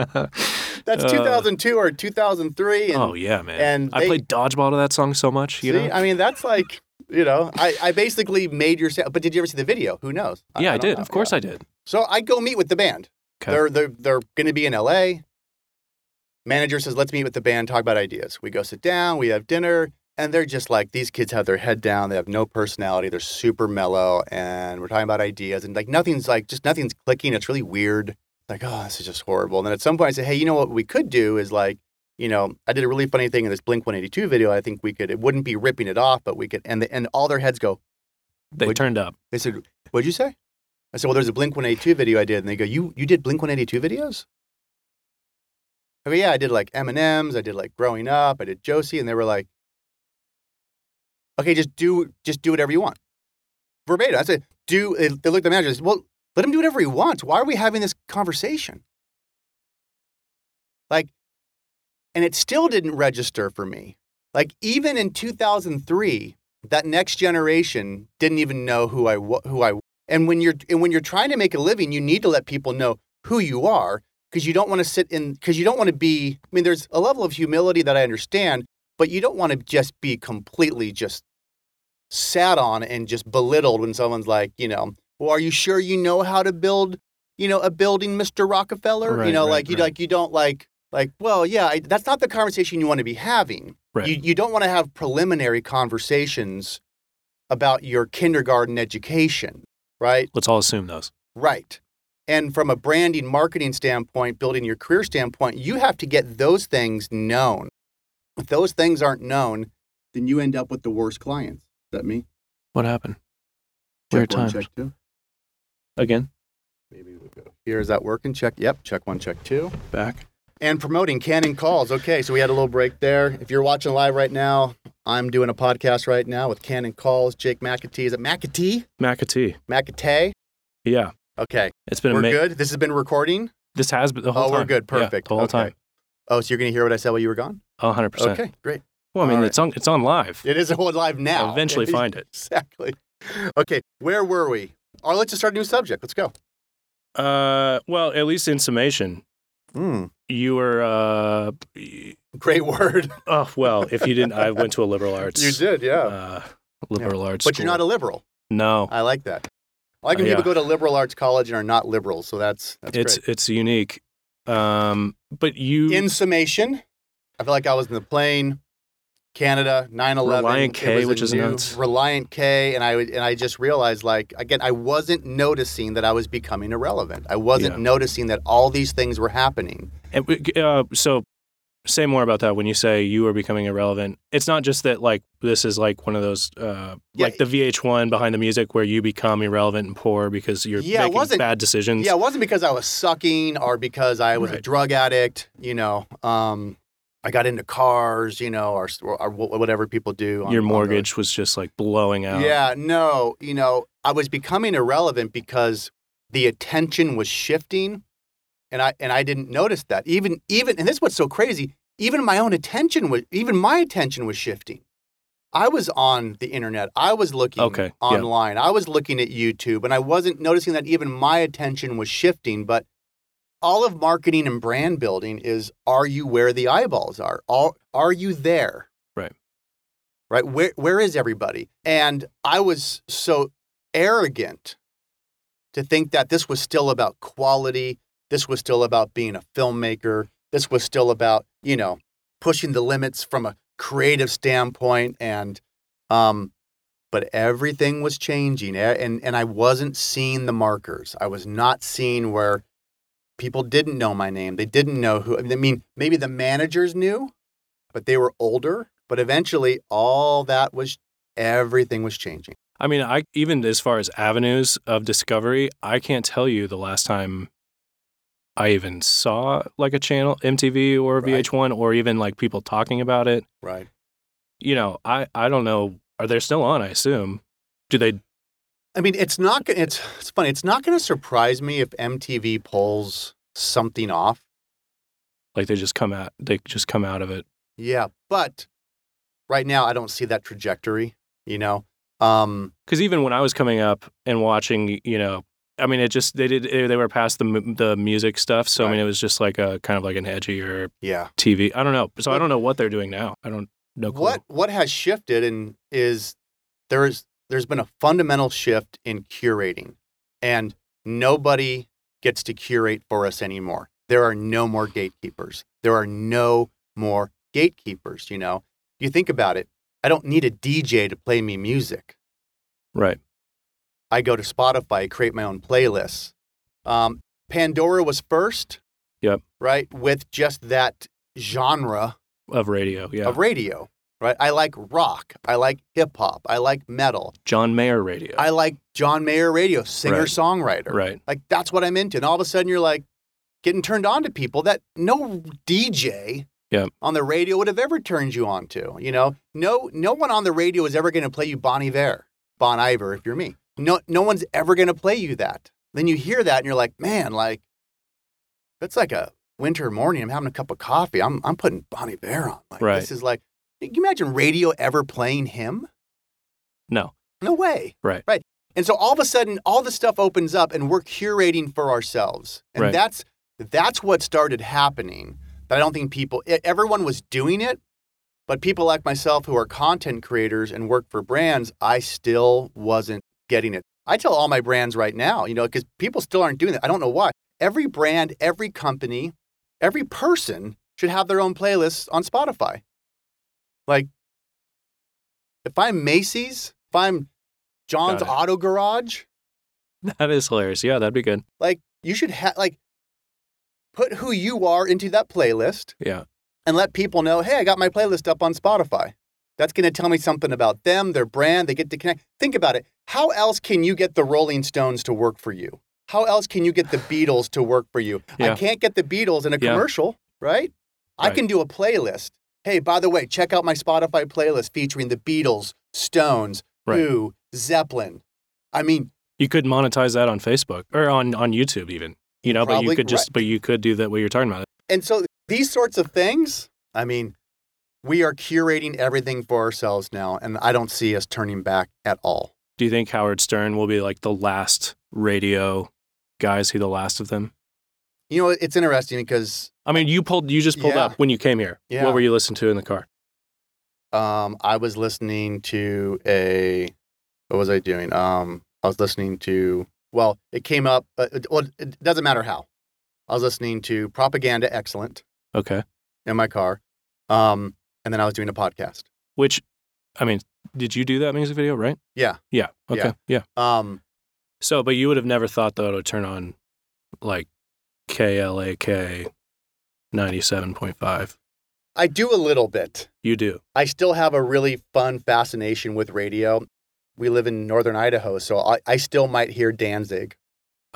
S2: awesome.
S1: *laughs*
S2: That's
S1: Uh,
S2: 2002 or 2003. And,
S1: oh yeah, man.
S2: and
S1: I
S2: they-
S1: played dodgeball to that song so much. You
S2: see,
S1: know?
S2: I mean, that's like you know, I, I basically made your. sa- But did you ever see the video? Who knows?
S1: yeah, I,
S2: don't
S1: did.
S2: know.
S1: Of course,
S2: Yeah.
S1: I did.
S2: So I go meet with the band.
S1: Okay.
S2: They're they're they're going to be in L.A. Manager says, "Let's meet with the band, talk about ideas." We go sit down, we have dinner, and they're just like these kids have their head down. They have no personality. They're super mellow, and we're talking about ideas, and like nothing's like just nothing's clicking. It's really weird. Like, oh, this is just horrible. And then at some point, I say, "Hey, you know what we could do is like." You know, I did a really funny thing in this Blink 182 video. I think we could, it wouldn't be ripping it off, but we could, and, the, and all their heads go,
S1: they
S2: would-
S1: turned up.
S2: they said, "What'd you say?" I said, "Well, there's a Blink 182 video I did." And they go, "You you did Blink 182 videos?" I go, "Yeah, I did like M and M's. I did like Growing Up. I did Josie." And they were like, "Okay, just do just do whatever you want." Verbatim. I said, "Do." They, they looked at the manager. and said, "Well, let him do whatever he wants. Why are we having this conversation?" Like, and it still didn't register for me. Like even in 2003 that next generation didn't even know who I wa- who I and when you're and when you're trying to make a living, you need to let people know who you are because you don't want to sit in because you don't want to be. I mean, there's a level of humility that I understand, but you don't want to just be completely just sat on and just belittled when someone's like, you know, well, are you sure you know how to build, you know, a building, Mr. Rockefeller?
S1: Right,
S2: you know,
S1: right,
S2: like you
S1: right.
S2: like you don't like like well, yeah, I, that's not the conversation you want to be having.
S1: Right.
S2: You, you don't want to have preliminary conversations about your kindergarten education, right?
S1: Let's all assume those.
S2: Right. And from a branding, marketing standpoint, building your career standpoint, you have to get those things known. If those things aren't known, then you end up with the worst clients. Is that me?
S1: What happened? Weird
S2: check one,
S1: times.
S2: check two.
S1: Again?
S2: Maybe we go here. Is that working? Check. Yep. Check one, check two.
S1: Back.
S2: and promoting Canon calls. Okay, so we had a little break there. If you're watching live right now, I'm doing a podcast right now with Canon calls. Jake McAtee is it McAtee?
S1: McAtee.
S2: McAtee.
S1: Yeah.
S2: Okay,
S1: It's been
S2: we're
S1: amazing.
S2: good. This has been recording.
S1: This has been the whole
S2: oh,
S1: time.
S2: we're good.
S1: Yeah,
S2: Perfect.
S1: the whole
S2: okay.
S1: time.
S2: Oh, so you're gonna hear what I said while you were gone?
S1: 100%.
S2: Okay, great.
S1: Well, I mean,
S2: All right.
S1: it's on it's on live.
S2: It is on live now.
S1: I'll
S2: *laughs*
S1: eventually find it.
S2: Oh, exactly. Okay, where were we? Or let's just start a new subject. Let's go.
S1: Uh, well, at least in summation, Hmm.
S2: Mm,
S1: you were. Uh,
S2: great word.
S1: oh well, if you didn't, I went to a liberal arts.
S2: you did, yeah.
S1: Uh, liberal arts.
S2: but you're not a Oh, liberal.
S1: A, no,
S2: I like that. I like when
S1: Uh, yeah.
S2: people go to liberal arts college and are not liberals. So that's that's
S1: it's it's unique. Um, but you
S2: great. In summation, I feel like I was in the plane, Canada, 9/11,
S1: Reliant
S2: It
S1: K,
S2: was a
S1: which is
S2: new
S1: nuts.
S2: Reliant K, and I would- and I just realized like again I wasn't noticing that I was becoming irrelevant. I wasn't
S1: Yeah. noticing
S2: noticing that all these things were happening.
S1: And we- uh, so say more about that when you say you are becoming irrelevant. It's not just that like this is like one of those uh,
S2: Yeah.
S1: like the VH1 behind the music where you become irrelevant and poor because you're
S2: Yeah, it
S1: making
S2: wasn't-
S1: bad decisions.
S2: Yeah, it wasn't because I was sucking or because I was a
S1: Right.
S2: drug addict. You know, um, I got into cars. You know, or, or wh- whatever people do. on-
S1: Your
S2: on the-
S1: mortgage was just like blowing out.
S2: Yeah, no, you know, I was becoming irrelevant because the attention was shifting and I and I didn't notice that. Even even and this is what's so crazy, even my own attention was even my attention was shifting. I was on the internet. I was looking
S1: Okay, yeah.
S2: online. I was looking at YouTube and I wasn't noticing that even my attention was shifting, but all of marketing and brand building is are you where the eyeballs are? Are, are you there? right? Where where is everybody? And I was so arrogant to think that this was still about quality. This was still about being a filmmaker. This was still about you know pushing the limits from a creative standpoint. And um, but everything was changing, A- and and I wasn't seeing the markers. I was not seeing where. People didn't know my name. They didn't know who. I mean, I mean, maybe the managers knew, but they were older. But eventually, all that was everything was changing.
S1: I mean, I even as far as avenues of discovery, I can't tell you the last time I even saw like a channel, MTV or
S2: Right.
S1: VH1 or even like people talking about it.
S2: Right.
S1: You know, I I don't know are they still on, I assume. Do they
S2: I mean, it's not. gonna- It's it's funny. It's not going to surprise me if MTV pulls something off.
S1: like they just come out they just come out of it
S2: Yeah, but right now I don't see that trajectory. You know. Um,
S1: because even when i was coming up and watching you know i mean it just they did eh, they they were past the mu- the music stuff so i mean
S2: Right.
S1: it was just like a kind of like an edgier
S2: yeah.
S1: tv i don't know so i don't know what they're doing now i don't no clue
S2: What what has shifted and is there is there's been a fundamental shift in curating, and nobody gets to curate for us anymore. There are no more gatekeepers. There are no more gatekeepers. You know, you think about it. I don't need a DJ to play me music.
S1: right
S2: I go to Spotify, create my own playlists. Um, Pandora was first.
S1: Yep.
S2: Right with just that genre
S1: of radio yeah
S2: of radio, right? I like rock. I like hip hop. I like metal.
S1: john mayer radio
S2: I like John Mayer radio, singer
S1: Right.
S2: songwriter.
S1: right *laughs*
S2: Like that's what I'm into. And all of a sudden you're like getting turned on to people that no DJ
S1: Yep.
S2: on the radio would have ever turned you on to. You know, no no one on the radio is ever going to play you Bon Iver, Bon Iver, if you're me. No no one's ever going to play you that. Then you hear that and you're like, man, like that's like a winter morning. I'm having a cup of coffee. I'm I'm putting Bon Iver on. Like
S1: Right.
S2: this is like, can you imagine radio ever playing him?
S1: no
S2: No way.
S1: Right.
S2: Right. And so all of a sudden, all this stuff opens up, and we're curating for ourselves, and
S1: Right.
S2: that's that's what started happening. That I don't think people, e- everyone was doing it, but people like myself who are content creators and work for brands, I still wasn't getting it. I tell all my brands right now, you know, because people still aren't doing that. I don't know why. Every brand, every company, every person should have their own playlists on Spotify. Like, if I'm Macy's, if I'm John's
S1: Got it.
S2: Auto Garage,
S1: that is hilarious yeah that'd be good
S2: like you should have like put who you are into that playlist
S1: yeah
S2: and let people know, hey, I got my playlist up on Spotify. That's going to tell me something about them, their brand. They get to connect. Think about it. How else can you get the Rolling Stones to work for you? How else can you get
S1: *sighs*
S2: the Beatles to work for you?
S1: Yeah.
S2: I can't get the Beatles in a
S1: Yeah.
S2: commercial, right? I
S1: Right.
S2: can do a playlist. Hey, by the way, check out my Spotify playlist featuring the Beatles, Stones,
S1: Right.
S2: Who, Zeppelin. I mean,
S1: you could monetize that on facebook or on on youtube even you know but you
S2: Probably-
S1: could just
S2: right.
S1: but you could do that what you're talking about
S2: And so these sorts of things, I mean, we are curating everything for ourselves now, and I don't see us turning back at all.
S1: do you think howard stern will be like the last radio guy? Is he the last of them?
S2: You know, it's interesting because
S1: I mean, you pulled. You just pulled
S2: Yeah.
S1: up when you came here.
S2: Yeah.
S1: What were you listening to in the car?
S2: um, I was listening to a what was I doing? Um, I was listening to well, it came up. Uh, it- well, it doesn't matter how. I was listening to Propaganda Excellent
S1: Okay.
S2: in my car, um, and then I was doing a podcast.
S1: Which, I mean, did you do that music video? Right.
S2: Yeah.
S1: Yeah. Okay.
S2: Yeah.
S1: yeah.
S2: Um,
S1: So, but you would have never thought though to turn on like KLAK 97.5.
S2: I do a little bit.
S1: You do.
S2: I still have a really fun fascination with radio. We live in northern Idaho, so I, I still might hear Danzig,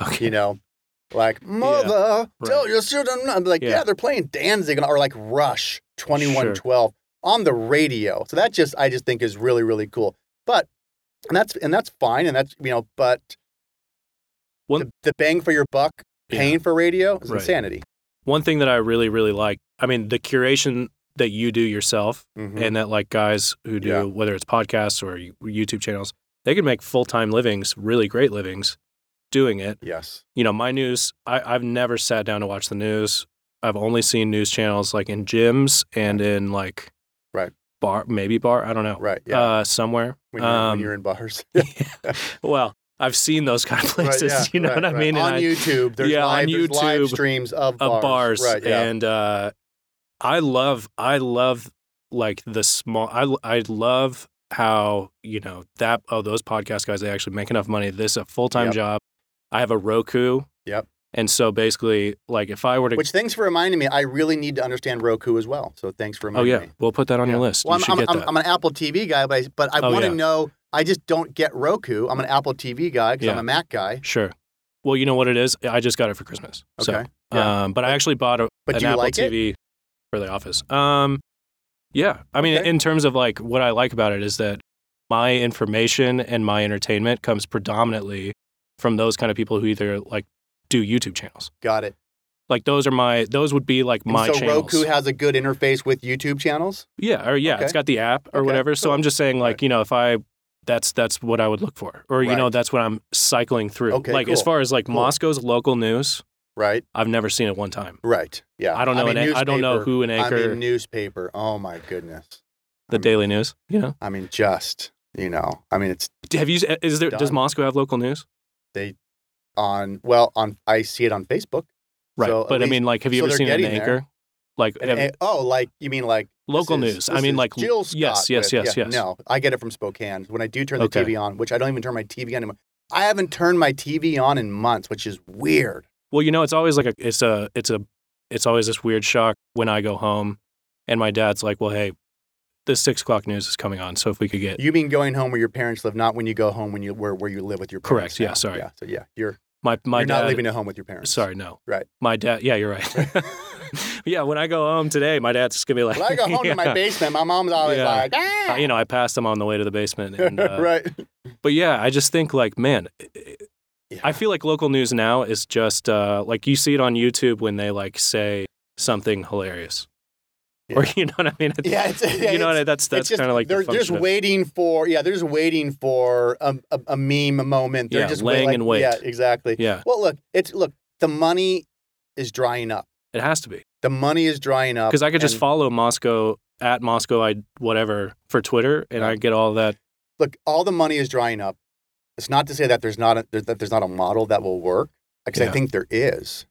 S1: Okay. *laughs*
S2: you know, like mother,
S1: right.
S2: tell your children. I'm like,
S1: Yeah.
S2: yeah. they're playing Danzig or like Rush twenty
S1: Sure.
S2: one twelve on the radio. So that just I just think is really really cool. But and that's and that's fine and that's you know, but
S1: One-
S2: the, the bang for your buck
S1: Yeah.
S2: paying for radio is
S1: Right.
S2: insanity.
S1: One thing that I really, really like, I mean, the curation that you do yourself
S2: Mhm.
S1: and that like guys who do,
S2: Yeah.
S1: whether it's podcasts or YouTube channels, they can make full time livings, really great livings doing it.
S2: yes,
S1: you know, my news, I, I've never sat down to watch the news. I've only seen news channels like in gyms and in like
S2: Right.
S1: bar, maybe bar, I don't know,
S2: right, yeah.
S1: uh, somewhere.
S2: when, you're,
S1: um,
S2: when you're in bars,
S1: Well, I've seen those kind of
S2: Right,
S1: places, *laughs*
S2: yeah,
S1: you know
S2: right,
S1: what I
S2: right.
S1: mean?
S2: On
S1: and I,
S2: YouTube, there's
S1: Yeah, on
S2: live, there's live
S1: YouTube
S2: streams of bars,
S1: of bars.
S2: right? Yeah,
S1: And uh, I love, I love like the small, I, I love how, you know, that, oh, those podcast guys, they actually make enough money. This is a full time
S2: Yep.
S1: job. I have a Roku.
S2: Yep.
S1: And so basically, like if I were to
S2: which thanks for reminding me. I really need to understand Roku as well. So thanhanks for
S1: Oh
S2: reminding
S1: yeah,
S2: me.
S1: we'll put that on your
S2: Yeah.
S1: list. you
S2: Well, I'm,
S1: should
S2: I'm,
S1: get
S2: I'm,
S1: that.
S2: I'm an Apple TV guy, but I, but I
S1: Oh,
S2: want to
S1: yeah.
S2: know. I just don't get Roku. I'm an Apple TV guy because
S1: Yeah.
S2: I'm a Mac guy.
S1: sure. Well, you know what it is. I just got it for Christmas. So,
S2: Okay. yeah.
S1: um, but I actually bought a,
S2: But
S1: an
S2: do you
S1: Apple
S2: like it?
S1: TV for the office. Um, yeah. I mean,
S2: Okay.
S1: in terms of like what I like about it is that my information and my entertainment comes predominantly from those kind of people who either like do YouTube channels.
S2: Got it.
S1: Like those are my those would be like
S2: And
S1: my
S2: so
S1: channels.
S2: Roku has a good interface with YouTube channels.
S1: Yeah, or yeah,
S2: Okay.
S1: it's got the app or
S2: Okay,
S1: whatever. So
S2: cool.
S1: I'm just saying, like,
S2: Right.
S1: you know, if I that's that's what I would look for, or you know,
S2: Right.
S1: that's what I'm cycling through.
S2: Okay,
S1: like as
S2: cool.
S1: far as like
S2: Cool.
S1: Moscow's local news,
S2: Right.
S1: I've never seen it one time.
S2: Right. Yeah.
S1: I don't know.
S2: I mean,
S1: an, I don't know
S2: newspaper-
S1: who an
S2: I
S1: anchor,
S2: mean, newspaper. Oh my goodness.
S1: the
S2: I mean-
S1: Daily News. You know,
S2: I mean, just you know. I mean, it's
S1: have you? uh, Is there? Does
S2: Done.
S1: Moscow have local news?
S2: on. Well, on. I see it on Facebook.
S1: Right,
S2: So, at
S1: but I
S2: least-
S1: mean, like, have you
S2: so
S1: ever
S2: they're
S1: seen an
S2: getting there.
S1: anchor? Like
S2: And,
S1: have-
S2: and- oh, like you mean like
S1: local
S2: this is-
S1: news. I
S2: this
S1: mean,
S2: is
S1: like
S2: Jill
S1: yes,
S2: Scott
S1: yes,
S2: with-
S1: yes,
S2: yeah,
S1: yes.
S2: No, I get it from Spokane. When I do turn the
S1: Okay.
S2: TV on, which I don't even turn my TV on anymore. I haven't turned my TV on in months, which is weird.
S1: Well, you know, it's always like a, it's a, it's a, it's always this weird shock when I go home, and my dad's like, "Well, hey, the six o'clock news is coming on, so if we could get
S2: You mean going home where your parents live, not when you go home when you where where you live with your parents.
S1: Correct, yeah,
S2: now.
S1: sorry.
S2: Yeah. So yeah, you're
S1: my my
S2: you're
S1: dad."
S2: not living at home with your parents.
S1: *laughs* sorry, no.
S2: Right.
S1: My dad. Yeah, you're right. *laughs* yeah, when I go home today, my dad's just gonna be like,
S2: When I go
S1: *laughs*
S2: home to my
S1: Yeah.
S2: basement, my mom's always
S1: Yeah.
S2: like, ah!
S1: Uh, you know, I passed him on the way to the basement, and, uh,
S2: *laughs* right.
S1: but yeah, I just think like, man, i- i-
S2: *laughs* Yeah.
S1: *laughs* I feel like local news now is just uh, like you see it on YouTube when they like say something hilarious, or *laughs* you know what I mean?
S2: Yeah, it's- yeah,
S1: you know what I-
S2: it's-
S1: that's that's
S2: It's just-
S1: kind of like
S2: they're
S1: the
S2: just
S1: function of-
S2: waiting for yeah they're just waiting for a, a, a meme moment they're
S1: Yeah,
S2: just
S1: laying
S2: like,
S1: in wait.
S2: yeah exactly
S1: yeah,
S2: well look it's look the money is drying up
S1: it has to be
S2: the money is drying up
S1: because I could just
S2: and-
S1: follow Moscow at Moscow I whatever for Twitter, and I get all that.
S2: look all the money is drying up it's not to say that there's not a, there, that there's not a model that will work because
S1: Yeah.
S2: I think there is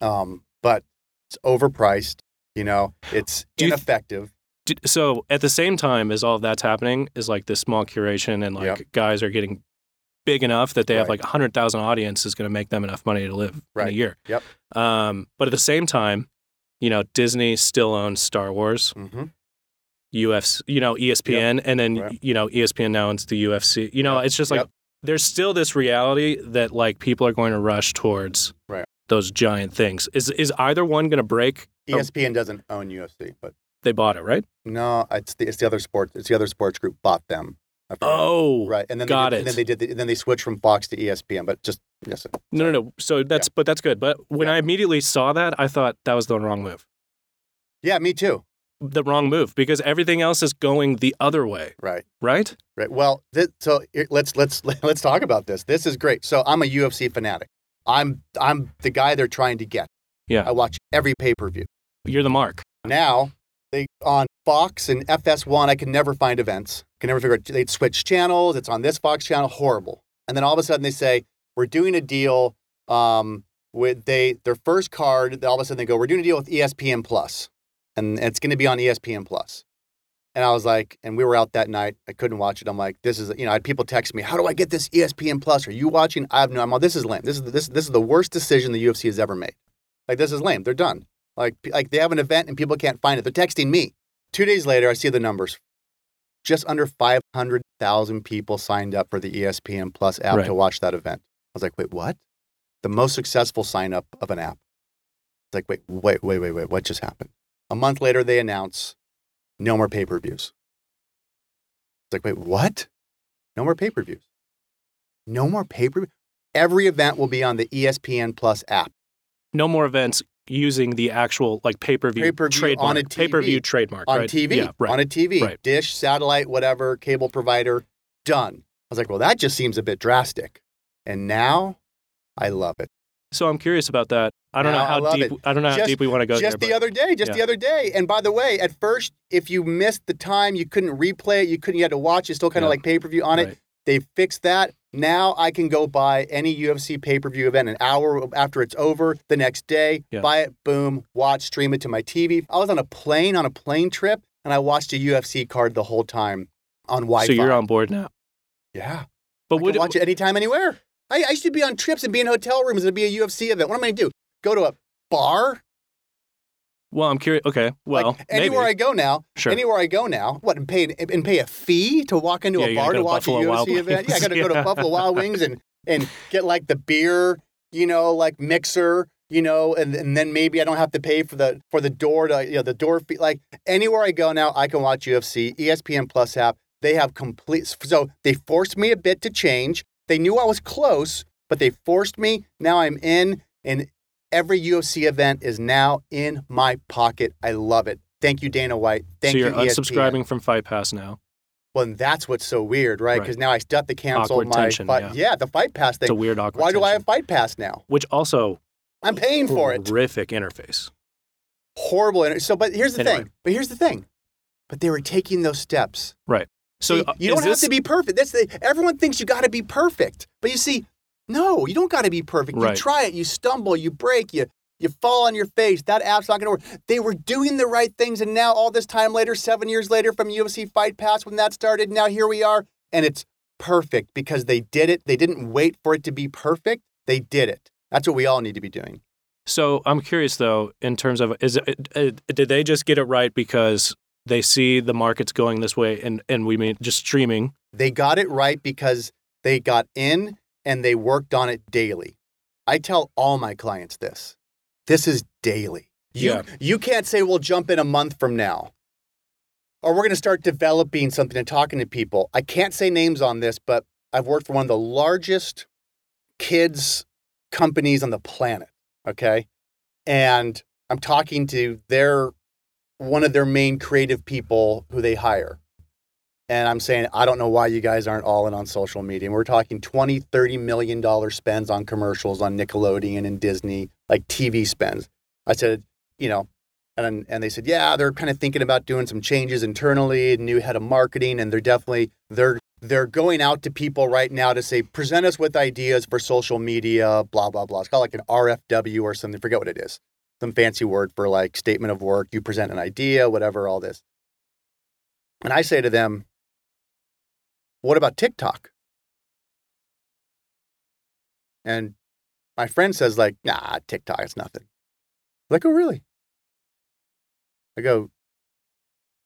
S2: um but it's overpriced you know it's
S1: Do you th-
S2: ineffective
S1: D- So at the same time as all that's happening is like this small curation, and like guys are getting big enough that they have
S2: Right.
S1: like a hundred thousand audience is going to make them enough money to live in a
S2: Right.
S1: year.
S2: Yep.
S1: Um, but at the same time, you know, Disney still owns Star Wars.
S2: mm-hmm.
S1: UFC, you know, E ESPN, and then
S2: Right.
S1: you know, E ESPN now owns the UFC. You know,
S2: Yep.
S1: it's just like
S2: Yep.
S1: there's still this reality that like people are going to rush towards
S2: Right.
S1: those giant things. Is is either one going to break? Oh.
S2: ESPN doesn't own UFC but
S1: They bought it, right?
S2: no it's the it's the other sports it's the other sports group bought them I forget.
S1: Oh,
S2: Right, and then
S1: Got
S2: they did, And
S1: it.
S2: then they did. The, and then they switched from Fox to E ESPN. But just yes,
S1: no, no, no. So that's but that's good. But when
S2: Yeah.
S1: I immediately saw that, I thought that was the wrong move.
S2: yeah, me too.
S1: The wrong move because everything else is going the other way,
S2: Right,
S1: right?
S2: *laughs* right. Well, th- so here- let's let's let's talk about this. This is great. So I'm a UFC fanatic. I'm I'm the guy they're trying to get.
S1: Yeah.
S2: I watch every pay per view.
S1: You're the mark.
S2: Now they on Fox and FS1. I can never find events. Can never figure. out. They'd switch channels. It's on this Fox channel. Horrible. And then all of a sudden they say we're doing a deal um, with they their first card. All of a sudden they go we're doing a deal with E ESPN Plus, and it's going to be on E ESPN Plus. And I was like, and we were out that night. I couldn't watch it. I'm like, this is, you know, I had people text me, how do I get this E ESPN Plus? Are you watching? I have no. I'm all, this is lame. This is this this is the worst decision the UFC has ever made. Like this is lame. They're done. Like p- like they have an event and people can't find it. They're texting me. Two days later, I see the numbers. Just under 500,000 people signed up for the E ESPN Plus app
S1: Right.
S2: to watch that event. I was like, wait, what? The most successful sign up of an app. It's like, wait, wait, wait, wait, wait. What just happened? A month later, they announce no more pay per views. It's like, wait, what? No more pay per views. No more pay per view. Every event will be on the E ESPN Plus app.
S1: No more events using the actual like pay per view
S2: Pay-per-view
S1: trademark.
S2: on a TV.
S1: Pay per view trademark
S2: on
S1: right?
S2: TV,
S1: Yeah, right.
S2: on a TV,
S1: Right.
S2: dish, satellite, whatever, cable provider, done. I was like, well, that just seems a bit drastic. And now I love it.
S1: so I'm curious about that. I don't
S2: Now,
S1: know
S2: I
S1: how
S2: love
S1: deep
S2: it.
S1: I don't know how
S2: Just-
S1: deep we want to go
S2: just
S1: there.
S2: the other day, just
S1: yeah.
S2: the other day. And by the way, at first, if you missed the time, you couldn't replay it, you couldn't, you had to watch it, still kind
S1: Yeah.
S2: of like pay per view on it.
S1: Right.
S2: They fixed that. Now I can go buy any UFC pay per view event an hour after it's over the next day,
S1: Yeah.
S2: buy it, boom, watch, stream it to my TV. I was on a plane, on a plane trip, and I watched a UFC card the whole time on Wi Fi.
S1: so you're on board now.
S2: Yeah.
S1: But
S2: But I
S1: would
S2: can watch it anytime, anywhere. I, I used to be on trips and be in hotel rooms and it'd be a UFC event. What am I going to do? Go to a bar?
S1: well, I'm curious. Okay, well,
S2: like, anywhere
S1: maybe.
S2: I go now,
S1: sure.
S2: anywhere I go now, what and pay and pay a fee to walk into
S1: Yeah,
S2: a
S1: you gotta go
S2: bar to
S1: to
S2: watch
S1: Buffalo
S2: a UFC
S1: Wild
S2: event? Yeah, I
S1: Wings. *laughs*
S2: got to go to
S1: Yeah.
S2: Buffalo Wild Wings and and get like the beer, you know, like mixer, you know, and, and then maybe I don't have to pay for the for the door to you know the door fee. Like anywhere I go now, I can watch UFC, ESPN Plus app. They have complete. So they forced me a bit to change. They knew I was close, but they forced me. Now I'm in, and every UFC event is now in my pocket. I love it. Thank you, Dana White. Thank
S1: so you're
S2: you, E ESPN.
S1: unsubscribing from Fight Pass now.
S2: Well, and that's what's so weird, right?
S1: Right.
S2: Because now I still have to cancel
S1: Awkward
S2: my
S1: tension,
S2: fight.
S1: yeah.
S2: the fight pass
S1: It's a
S2: thing.
S1: weird awkward.
S2: Why do I
S1: tension.
S2: have fight pass now?
S1: Which also
S2: I'm paying for it.
S1: horrific interface.
S2: Horrible. inter- So, but here's the
S1: Anyway.
S2: thing. But here's the thing. But they were taking those steps.
S1: So
S2: See,
S1: uh,
S2: you
S1: is
S2: don't
S1: this,
S2: have to be perfect. That's the, everyone thinks you got to be perfect. But you see, no, you don't got to be perfect.
S1: Right.
S2: You try it, you stumble, you break, you you fall on your face. That app's not going to work. They were doing the right things, and now all this time later, seven years later, from UFC Fight Pass when that started, now here we are, and it's perfect because they did it. They didn't wait for it to be perfect. They did it. That's what we all need to be doing.
S1: So I'm curious though, in terms of is it, it, did they just get it right because they see the markets going this way, and and we mean just streaming, *laughs*
S2: They got it right because they got in and they worked on it daily. I tell all my clients this. This is daily. You,
S1: Yeah.
S2: you can't say we'll jump in a month from now. Or we're going to start developing something and talking to people. I can't say names on this, but I've worked for one of the largest kids companies on the planet, okay? And I'm talking to their one of their main creative people who they hire. And I'm saying, I don't know why you guys aren't all in on social media. And we're talking 20, 30 million dollar spends on commercials on Nickelodeon and Disney, like TV spends. I said, you know, and and they said, yeah, they're kind of thinking about doing some changes internally, new head of marketing, and they're definitely they're they're going out to people right now to say, present us with ideas for social media, blah, blah, blah. It's called like an RFW or something. Forget what it is. Some fancy word for like statement of work. You present an idea, whatever, all this. And I say to them, what about TikTok? And my friend says, like, nah, TikTok, it's nothing. I'm like, oh, really? I go,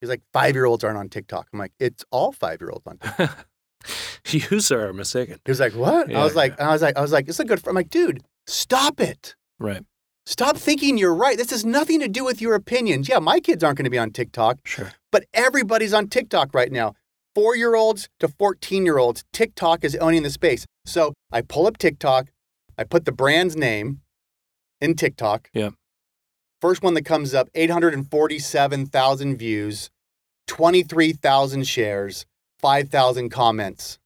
S2: he's like, five year olds aren't on TikTok. I'm like, it's all five year olds on TikTok.
S1: you sir are mistaken.
S2: He was like, what?
S1: Yeah,
S2: I was like, I was like, I was like, it's a good friend. I'm like, dude, stop it.
S1: Right.
S2: Stop thinking you're right. This has nothing to do with your opinions. Yeah, my kids aren't going to be on TikTok,
S1: Sure.
S2: but everybody's on TikTok right now. Four year olds to 14 year olds, TikTok is owning the space. So I pull up TikTok, I put the brand's name in TikTok.
S1: Yeah.
S2: First one that comes up 847,000 views, 23,000 shares, 5,000 comments,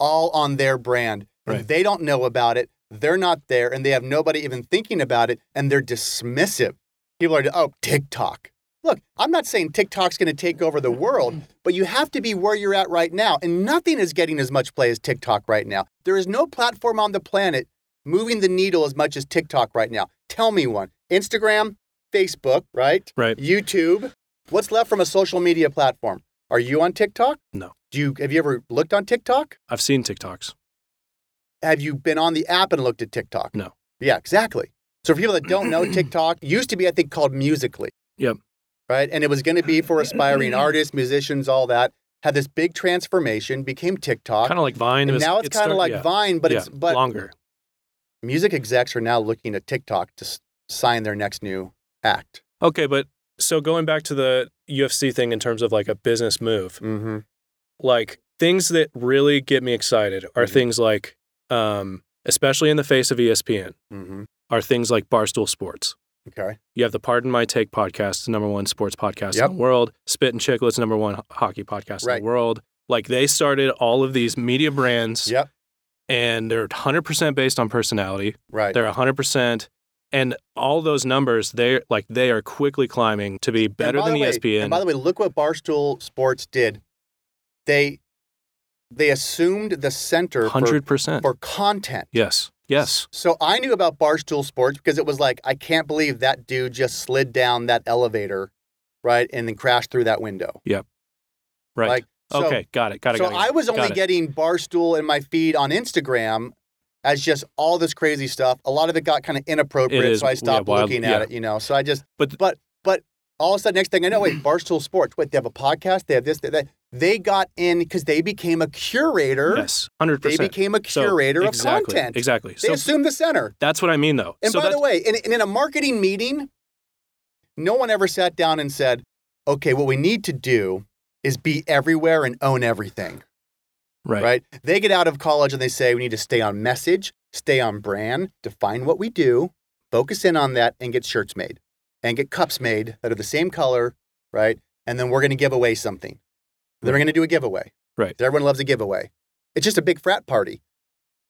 S2: all on their brand. And
S1: Right.
S2: they don't know about it. they're not there and they have nobody even thinking about it and they're dismissive. People are, oh, TikTok. Look, I'm not saying TikTok's going to take over the world, but you have to be where you're at right now. And nothing is getting as much play as TikTok right now. There is no platform on the planet moving the needle as much as TikTok right now. Tell me one Instagram, Facebook, right?
S1: Right.
S2: YouTube. What's left from a social media platform? Are you on TikTok?
S1: No.
S2: Do you have you ever looked on TikTok?
S1: I've seen TikToks.
S2: Have you been on the app and looked at TikTok?
S1: No.
S2: Yeah, exactly. So for people that
S1: *clears throat*
S2: don't know, TikTok used to be, I think, called Musically.
S1: Yep.
S2: Right, and it was going to be
S1: *clears throat*
S2: for aspiring artists, musicians, all that. Had this big transformation, became TikTok,
S1: Kind of like Vine.
S2: Uh, and
S1: It was-
S2: now it's
S1: it
S2: kind
S1: start-
S2: of like
S1: yeah,
S2: Vine, but
S1: yeah,
S2: it's but
S1: longer.
S2: music execs are now looking at TikTok to s- sign their next new act.
S1: Okay, but so going back to the UFC thing in terms of like a business move,
S2: Mm-hmm.
S1: like things that really get me excited are
S2: Mhm.
S1: things like, um, especially in the face of E ESPN,
S2: Mm-hmm.
S1: are things like Barstool Sports.
S2: Okay.
S1: You have the Pardon My Take podcast, the number one sports podcast
S2: Yep.
S1: in the world. Spit and Chicklets, number one ho- hockey podcast in
S2: Right.
S1: the world. Like they started all of these media brands,
S2: Yep.
S1: and they're 100% based on personality.
S2: Right.
S1: They're 100%, and all those numbers, they like they are quickly climbing to be better
S2: And by
S1: than E
S2: the way-
S1: ESPN.
S2: And by the way, look what Barstool Sports did. They they assumed the center for,
S1: 100%.
S2: for content.
S1: yes. Yes.
S2: So I knew about Barstool Sports because it was like, I can't believe that dude just slid down that elevator, right, and then crashed through that window.
S1: Right.
S2: Like, so,
S1: okay. Got it. Got it.
S2: so
S1: got it, got
S2: I
S1: it,
S2: was
S1: got
S2: only
S1: it.
S2: getting Barstool in my feed on Instagram as just all this crazy stuff. A lot of it got kind of inappropriate,
S1: It is,
S2: so I
S1: yeah,
S2: stopped
S1: wild-
S2: looking at
S1: yeah.
S2: it, you know. So I just
S1: But-
S2: but but but all of a sudden next thing I know, wait, Barstool Sports, wait, they have a podcast, they have this, they, they, they got in because they became a curator.
S1: Yes. 100%.
S2: They became a
S1: So,
S2: curator of
S1: exactly,
S2: content.
S1: Exactly.
S2: They
S1: So
S2: assumed the center.
S1: that's what I mean, though.
S2: And
S1: so
S2: by
S1: that's,
S2: the way, in, in a marketing meeting, no one ever sat down and said, okay, what we need to do is be everywhere and own everything,
S1: right.
S2: right? They get out of college and they say, we need to stay on message, stay on brand, define what we do, focus in on that, and get shirts made and get cups made that are the same color, right? And then we're going to give away something. They're going to do a giveaway.
S1: Right.
S2: Everyone loves a giveaway. It's just a big frat party.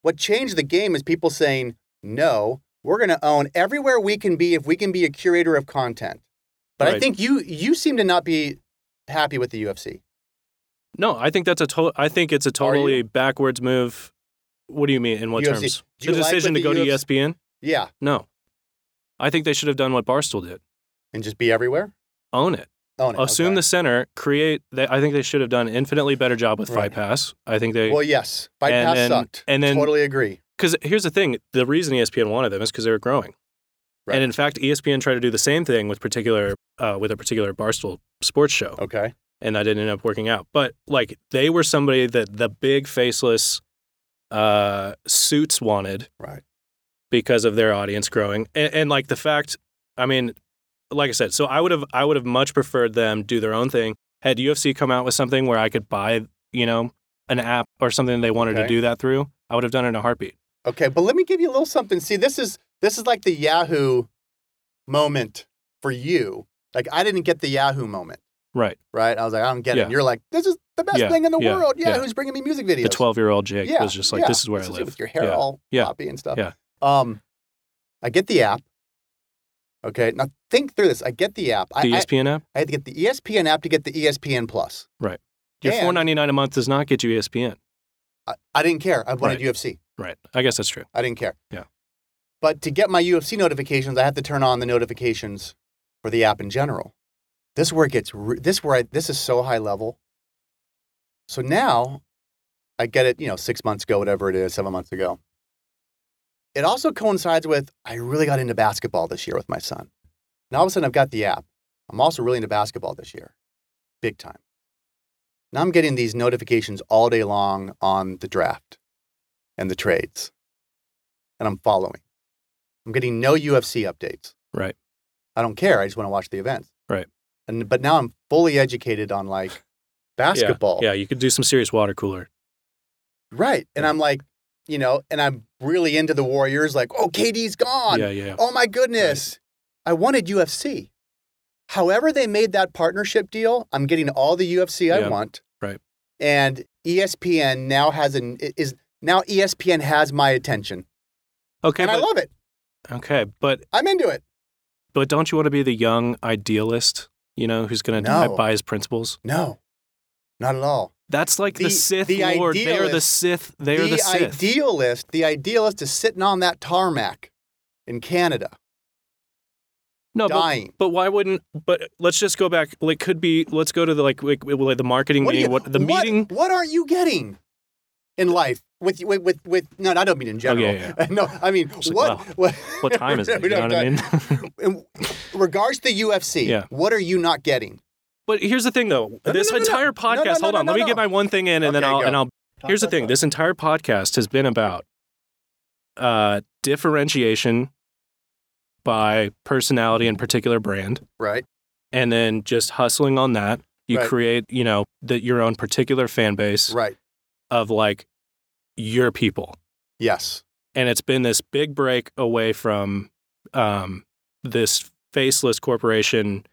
S2: What changed the game is people saying, no, we're going to own everywhere we can be if we can be a curator of content. But I
S1: Right.
S2: think you you seem to not be happy with the UFC.
S1: No, I think that's a total. I think it's a totally backwards move. What do you mean? In what
S2: UFC.
S1: terms?
S2: Do
S1: The
S2: you like
S1: decision
S2: what
S1: to E go
S2: the UFC
S1: to ESPN?
S2: Yeah,
S1: No, I think they should have done what Barstool did:
S2: and just be everywhere.
S1: own it,
S2: Own it.
S1: assume
S2: okay.
S1: the center, create. They, I think they should have done infinitely better job with
S2: Right.
S1: Fight Pass. I think they
S2: Well, yes, fight
S1: And
S2: pass
S1: then-
S2: sucked.
S1: and then-
S2: totally agree.
S1: because here's the thing: the reason E ESPN wanted them is because they were growing,
S2: Right.
S1: and in fact, E ESPN tried to do the same thing with particular uh, with a particular Barstool sports show.
S2: Okay.
S1: and that didn't end up working out. But like they were somebody that the big faceless uh, suits wanted,
S2: Right.
S1: Because of their audience growing, and, and like the fact, I mean, like I said, so I would have I would have much preferred them do their own thing. Had UFC come out with something where I could buy, you know, an app or something they wanted to
S2: Okay.
S1: do that through, I would have done it in a heartbeat.
S2: Okay, but let me give you a little something. See, this is this is like the Yahoo moment for you. Like I didn't get the Yahoo moment,
S1: Right.
S2: right? I was like, I don't get it.
S1: Yeah.
S2: And you're like, this is the best
S1: Yeah,
S2: thing in the
S1: yeah,
S2: world.
S1: yeah.
S2: Yahoo's bringing me music videos.
S1: The twelve year old Jake
S2: yeah,
S1: was just like,
S2: yeah.
S1: "This is where I
S2: it
S1: live."
S2: With your hair
S1: Yeah,
S2: all
S1: yeah,
S2: floppy and stuff.
S1: yeah.
S2: Um, I get the app. Okay, now think through this. I get the app. I,
S1: The E
S2: I,
S1: ESPN app,
S2: I had to get the E ESPN app to get the ESPN Plus.
S1: your
S2: and-
S1: four ninety nine a month does not get you E ESPN.
S2: I, I didn't care. I wanted UFC.
S1: Right. I guess that's true.
S2: I didn't care.
S1: Yeah.
S2: But to get my UFC notifications, I have to turn on the notifications for the app in general. This is where it gets re- this where I this is so high level. So now I get it, you know, 6 months ago whatever it is, 7 months ago. It also coincides with I really got into basketball this year with my son. Now all of a sudden I've got the app. I'm also really into basketball this year. Big time. Now I'm getting these notifications all day long on the draft and the trades and I'm following. I'm getting no UFC updates.
S1: Right.
S2: I don't care. I just want to watch the events.
S1: Right.
S2: And but now I'm fully educated on like basketball.
S1: Yeah, yeah, you could do some serious water cooler.
S2: Right. And
S1: Yeah.
S2: I'm like, you know, and I'm really into the Warriors. Like, oh, KD's gone.
S1: Yeah, yeah.
S2: Oh my goodness. I wanted UFC. However, they made that partnership deal, I'm getting all the UFC I
S1: Yeah,
S2: want. E
S1: right.
S2: And ESPN now has an is now ESPN has my attention.
S1: Okay,
S2: and I
S1: but,
S2: love it.
S1: okay, but
S2: I'm into it.
S1: but don't you want to be the young idealist? You know, who's going to die
S2: No.
S1: by his principles?
S2: No, not at all.
S1: That's like the,
S2: The-
S1: Sith
S2: the
S1: Lord. They are the
S2: idealist-
S1: Sith. They are the Sith.
S2: idealist, the idealist is sitting on that tarmac in Canada,
S1: no, but,
S2: dying.
S1: but why wouldn't? But let's just go back. Like, could be. Let's go to the like, like, like the marketing
S2: do
S1: meeting.
S2: you-
S1: what the
S2: what-
S1: meeting?
S2: What aren't you getting in life? With with with, with no, I don't mean in general.
S1: yeah,
S2: *laughs* no, I mean
S1: Just like,
S2: what,
S1: wow,
S2: what?
S1: What time
S2: *laughs*
S1: is it?
S2: We
S1: You know
S2: don't
S1: what I mean?
S2: in regards to the UFC,
S1: Yeah.
S2: what are you not getting?
S1: *laughs* But here's the thing, though.
S2: no,
S1: this
S2: no, no.
S1: entire
S2: No, no,
S1: podcast.
S2: no,
S1: hold
S2: no,
S1: on.
S2: no,
S1: let me
S2: no.
S1: get my one thing in, and then
S2: Okay,
S1: I'll
S2: go.
S1: and I'll. Here's the thing. This entire podcast has been about uh, differentiation by personality and particular brand,
S2: right?
S1: and then just hustling on that. You
S2: Right.
S1: create, you know, that your own particular fan base
S2: Right.
S1: of like your people,
S2: Yes.
S1: and it's been this big break away from um, this faceless corporation,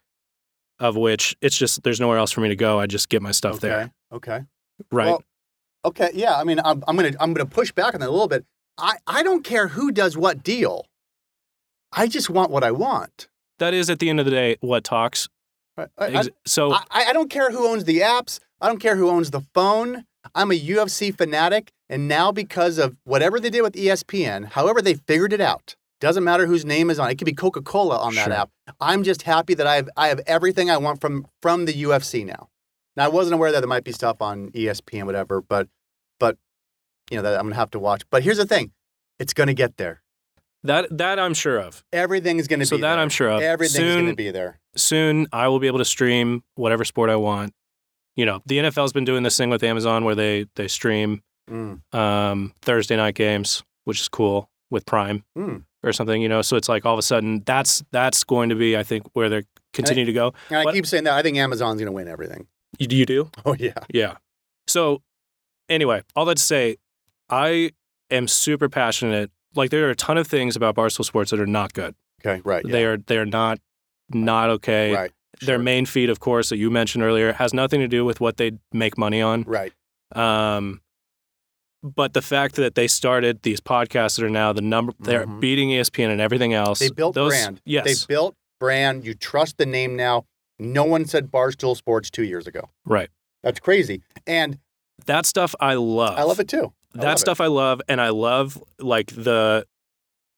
S1: of which it's just there's nowhere else for me to go. I just get my stuff
S2: okay.
S1: there.
S2: Okay.
S1: Right.
S2: Well, okay. Yeah. I mean, I'm, I'm gonna I'm gonna push back on that a little bit. I I don't care who does what deal. I just want what I want.
S1: that is at the end of the day what talks.
S2: I, I-
S1: Ex- so
S2: I, I don't care who owns the apps. I don't care who owns the phone. I'm a UFC fanatic, and now because of whatever they did with E ESPN, however they figured it out, doesn't matter whose name is on it. It could be Coca-Cola on that
S1: Sure.
S2: app. I'm just happy that I have I have everything I want from from the UFC now. Now I wasn't aware that there might be stuff on E ESPN, whatever, but but you know that I'm gonna have to watch. But here's the thing, it's gonna get there.
S1: that that I'm sure of.
S2: Everything is gonna
S1: So
S2: be
S1: that
S2: there.
S1: I'm sure of.
S2: Everything's
S1: soon,
S2: gonna be there.
S1: soon I will be able to stream whatever sport I want. You know, the NFL's been doing this thing with Amazon where they they stream
S2: Mm.
S1: um, Thursday night games, which is cool with Prime
S2: Mm.
S1: or something. You know, so it's like all of a sudden that's that's going to be I think where they're continuing to go.
S2: And I
S1: What-
S2: keep saying that I think Amazon's gonna win everything. *laughs*
S1: You, you do.
S2: Oh yeah.
S1: Yeah. So, anyway, all that to say, I am super passionate. Like there are a ton of things about Barstool Sports that are not good.
S2: Okay, right. yeah.
S1: They are they are not not okay.
S2: Right.
S1: Their
S2: sure.
S1: main feed, of course, that you mentioned earlier, has nothing to do with what they make money on.
S2: Right.
S1: Um, but the fact that they started these podcasts that are now the number they're
S2: Mhm.
S1: beating E ESPN and everything else.
S2: They built
S1: those,
S2: brand.
S1: Yes.
S2: They built brand. You trust the name now. No one said Barstool Sports two years ago.
S1: right.
S2: That's crazy. And
S1: That stuff I love.
S2: I love it too. I love
S1: that
S2: it.
S1: stuff I love, and I love like the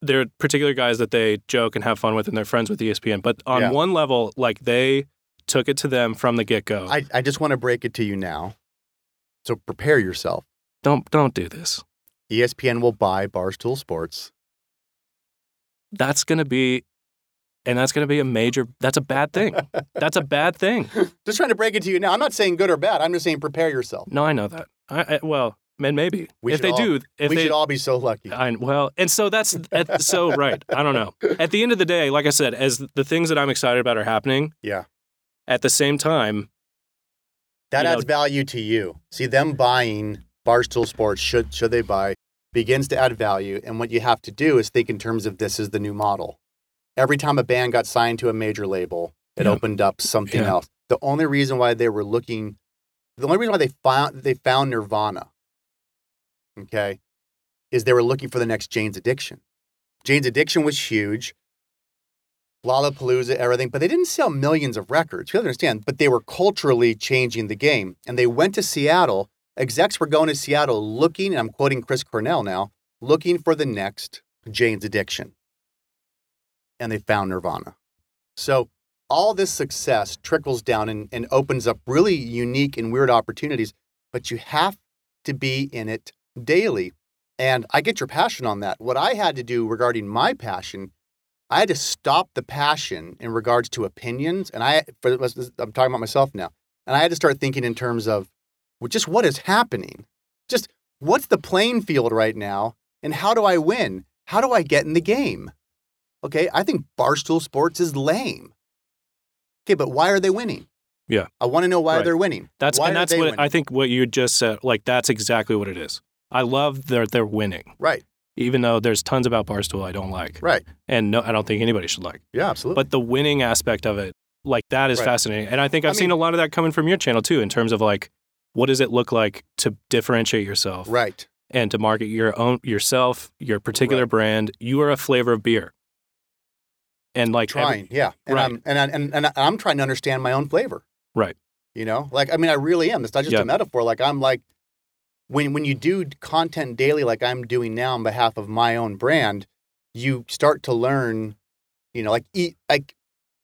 S1: there are particular guys that they joke and have fun with, and they're friends with E ESPN. But on
S2: Yeah.
S1: one level, like they took it to them from the get go.
S2: I, I just want to break it to you now. So prepare yourself. E
S1: Don't don't do this.
S2: ESPN will buy Barstool Sports.
S1: That's gonna be, and that's gonna be a major. That's a bad thing. that's a bad thing.
S2: Just trying to break it to you now. I'm not saying good or bad. I'm just saying prepare yourself.
S1: No, I know that. I, I well, man, maybe
S2: We
S1: if
S2: should
S1: they
S2: all-
S1: do, if
S2: we
S1: they
S2: should all be so lucky.
S1: I, well, and so that's at, so right. I don't know. At the end of the day, like I said, as the things that I'm excited about are happening.
S2: Yeah.
S1: At the same time,
S2: that
S1: you
S2: adds
S1: know-
S2: value to you. See them buying Barstool Sports should should they buy begins to add value and what you have to do is think in terms of this is the new model. Every time a band got signed to a major label, it
S1: Yeah.
S2: opened up something
S1: Yeah.
S2: else. The only reason why they were looking the only reason why they found they found Nirvana okay is they were looking for the next Jane's Addiction. Jane's Addiction was huge. Lollapalooza, everything, but they didn't sell millions of records. You have to understand, but they were culturally changing the game. And they went to Seattle. Execs were going to Seattle looking, and I'm quoting Chris Cornell now, looking for the next Jane's Addiction. And they found Nirvana. So all this success trickles down and, and opens up really unique and weird opportunities, but you have to be in it daily. And I get your passion on that. What I had to do regarding my passion, I had to stop the passion in regards to opinions. And I, for, the rest of this- I'm talking about myself now. And I had to start thinking in terms of well, just what is happening? Just what's the playing field right now? And how do I win? How do I get in the game? Okay, I think Barstool Sports is lame. Okay, but why are they winning?
S1: Yeah.
S2: I want to know why
S1: Right.
S2: they're winning.
S1: that's
S2: why
S1: and
S2: are
S1: that's
S2: they
S1: what
S2: winning?
S1: I think what you just said. Like that's exactly what it is. I love that they're winning,
S2: Right,
S1: even though there's tons about Barstool I don't like,
S2: right.
S1: and no, I don't think anybody should like.
S2: Yeah, absolutely.
S1: But the winning aspect of it, like that, is
S2: Right.
S1: fascinating. And I think I've
S2: I
S1: seen
S2: mean-
S1: a lot of that coming from your channel too, in terms of like, what does it look like to differentiate yourself
S2: right.
S1: and to market your own yourself, your particular
S2: Right.
S1: brand. You are a flavor of beer, and like every-
S2: trying, yeah, and
S1: right.
S2: I'm and, I, and and I'm trying to understand my own flavor,
S1: Right.
S2: You know, like I mean, I really am. It's not just
S1: Yeah.
S2: a metaphor. Like I'm like when when you do content daily, like I'm doing now on behalf of my own brand, you start to learn, you know, like eat like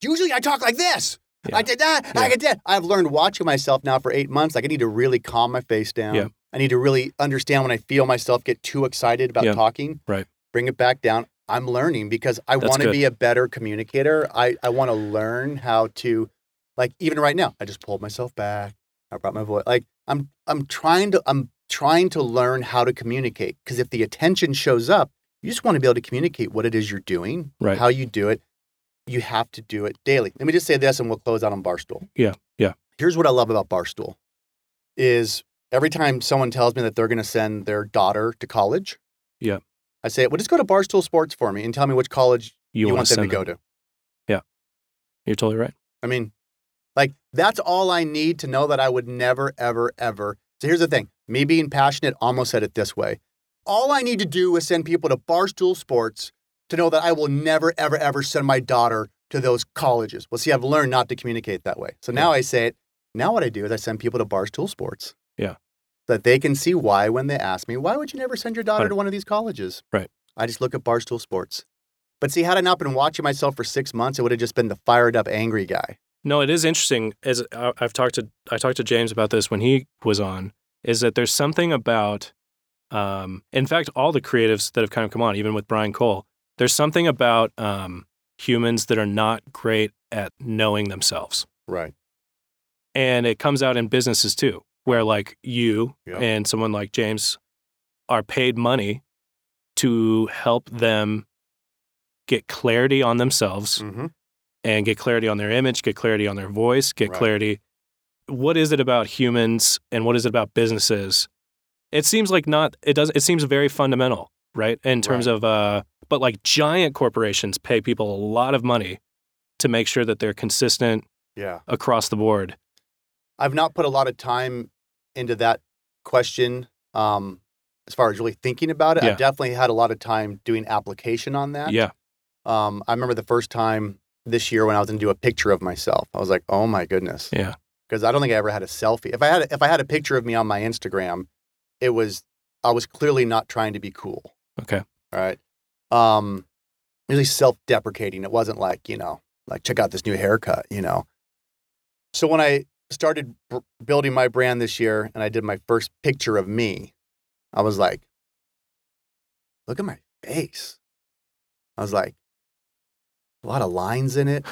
S2: usually I talk like this.
S1: Yeah.
S2: I did that.
S1: Yeah.
S2: I did that. I've learned watching myself now for eight months. Like I need to really calm my face down.
S1: Yeah.
S2: I need to really understand when I feel myself get too excited about
S1: Yeah.
S2: talking.
S1: Right.
S2: Bring it back down. I'm learning because I
S1: That's
S2: want to
S1: good.
S2: be a better communicator. I, I want to learn how to, like, even right now, I just pulled myself back. I brought my voice. Like, I'm I'm trying to I'm trying to learn how to communicate because if the attention shows up, you just want to be able to communicate what it is you're doing,
S1: Right.
S2: how you do it. You have to do it daily. Let me just say this, and we'll close out on Barstool.
S1: Yeah, yeah.
S2: Here's what I love about Barstool: is every time someone tells me that they're going to send their daughter to college,
S1: Yeah.
S2: I say, well, just go to Barstool Sports for me and tell me which college you,
S1: wanna
S2: want them to
S1: send
S2: go to.
S1: You're totally right.
S2: I mean, like that's all I need to know that I would never, ever, ever. So here's the thing: me being passionate almost said it this way. All I need to do is send people to Barstool Sports to know that I will never, ever, ever send my daughter to those colleges. Well, see, I've learned not to communicate that way. So now I say it. Now what I do is I send people to Barstool Sports.
S1: Yeah.
S2: So that they can see why when they ask me, why would you never send your daughter
S1: Right.
S2: to one of these colleges?
S1: Right.
S2: I just look at Barstool Sports. But see, had I not been watching myself for six months, it would have just been the fired up, angry guy.
S1: No, it is interesting. As I- I've talked to, I talked to James about this when he was on. Is that there's something about, um, in fact, all the creatives that have kind of come on, even with Brian Cole, there's something about um, humans that are not great at knowing themselves,
S2: Right.
S1: and it comes out in businesses too, where like you
S2: Yeah.
S1: and someone like James are paid money to help them get clarity on themselves
S2: Mm-hmm.
S1: and get clarity on their image, get clarity on their voice, get
S2: Right.
S1: clarity. What is it about humans and what is it about businesses? It seems like not it does it seems very fundamental, right? In terms of uh but like giant corporations pay people a lot of money to make sure that they're consistent
S2: Yeah.
S1: across the board.
S2: I've not put a lot of time into that question um, as far as really thinking about it.
S1: Yeah.
S2: I've definitely had a lot of time doing application on that.
S1: Yeah.
S2: Um, I remember the first time this year when I was going to do a picture of myself. I was like, oh my goodness.
S1: Yeah.
S2: Because I don't think I ever had a selfie. If I had a, if I had a picture of me on my Instagram, it was I was clearly not trying to be cool.
S1: Okay.
S2: All right. Um, really self-deprecating. It wasn't like you know, like check out this new haircut. You know. So when I started b- building my brand this year, and I did my first picture of me, I was like, look at my face. I was like, a lot of lines in it.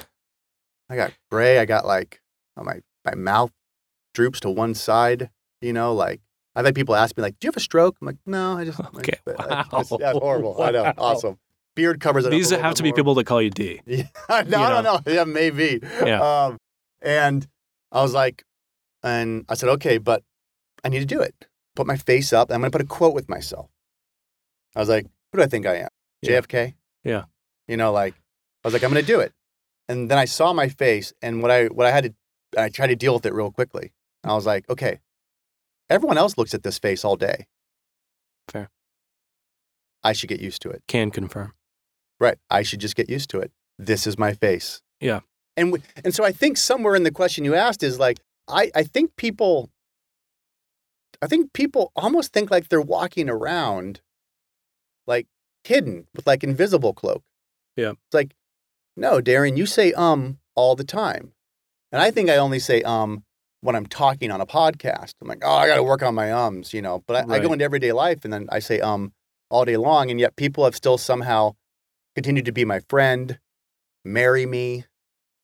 S2: I got gray. I got like oh, my my mouth droops to one side. You know, like I've had people ask me like, "Do you have a stroke?" I'm like, "No, I just
S1: Okay.
S2: I,
S1: *laughs*
S2: I,
S1: Wow.
S2: it's- that's horrible. I
S1: *laughs*
S2: know.
S1: Wow.
S2: Awesome. Beard covers it. up a
S1: These
S2: little
S1: have
S2: bit
S1: to be
S2: more.
S1: people that call you D.
S2: Yeah, *laughs* I
S1: you
S2: don't know. Yeah, maybe.
S1: Yeah.
S2: Um, and I was like, and I said, okay, but I need to do it. Put my face up. I'm going to put a quote with myself. I was like, who do I think I am?
S1: Yeah.
S2: JFK?
S1: Yeah.
S2: You know, like, I was like, I'm going to do it. And then I saw my face and what I, what I had to, I tried to deal with it real quickly. And I was like, okay, everyone else looks at this face all day.
S1: Fair.
S2: I should get used to it.
S1: Can confirm.
S2: Right. I should just get used to it. This is my face.
S1: Yeah.
S2: And w- and so I think somewhere in the question you asked is like I I think people I think people almost think like they're walking around like hidden with like invisible cloak.
S1: Yeah.
S2: It's like no, Darren, you say um all the time. And I think I only say um when I'm talking on a podcast. I'm like, "Oh, I got to work on my ums," you know. But I, I go
S1: Right.
S2: into everyday life and then I say um all day long and yet people have still somehow continued to be my friend, marry me,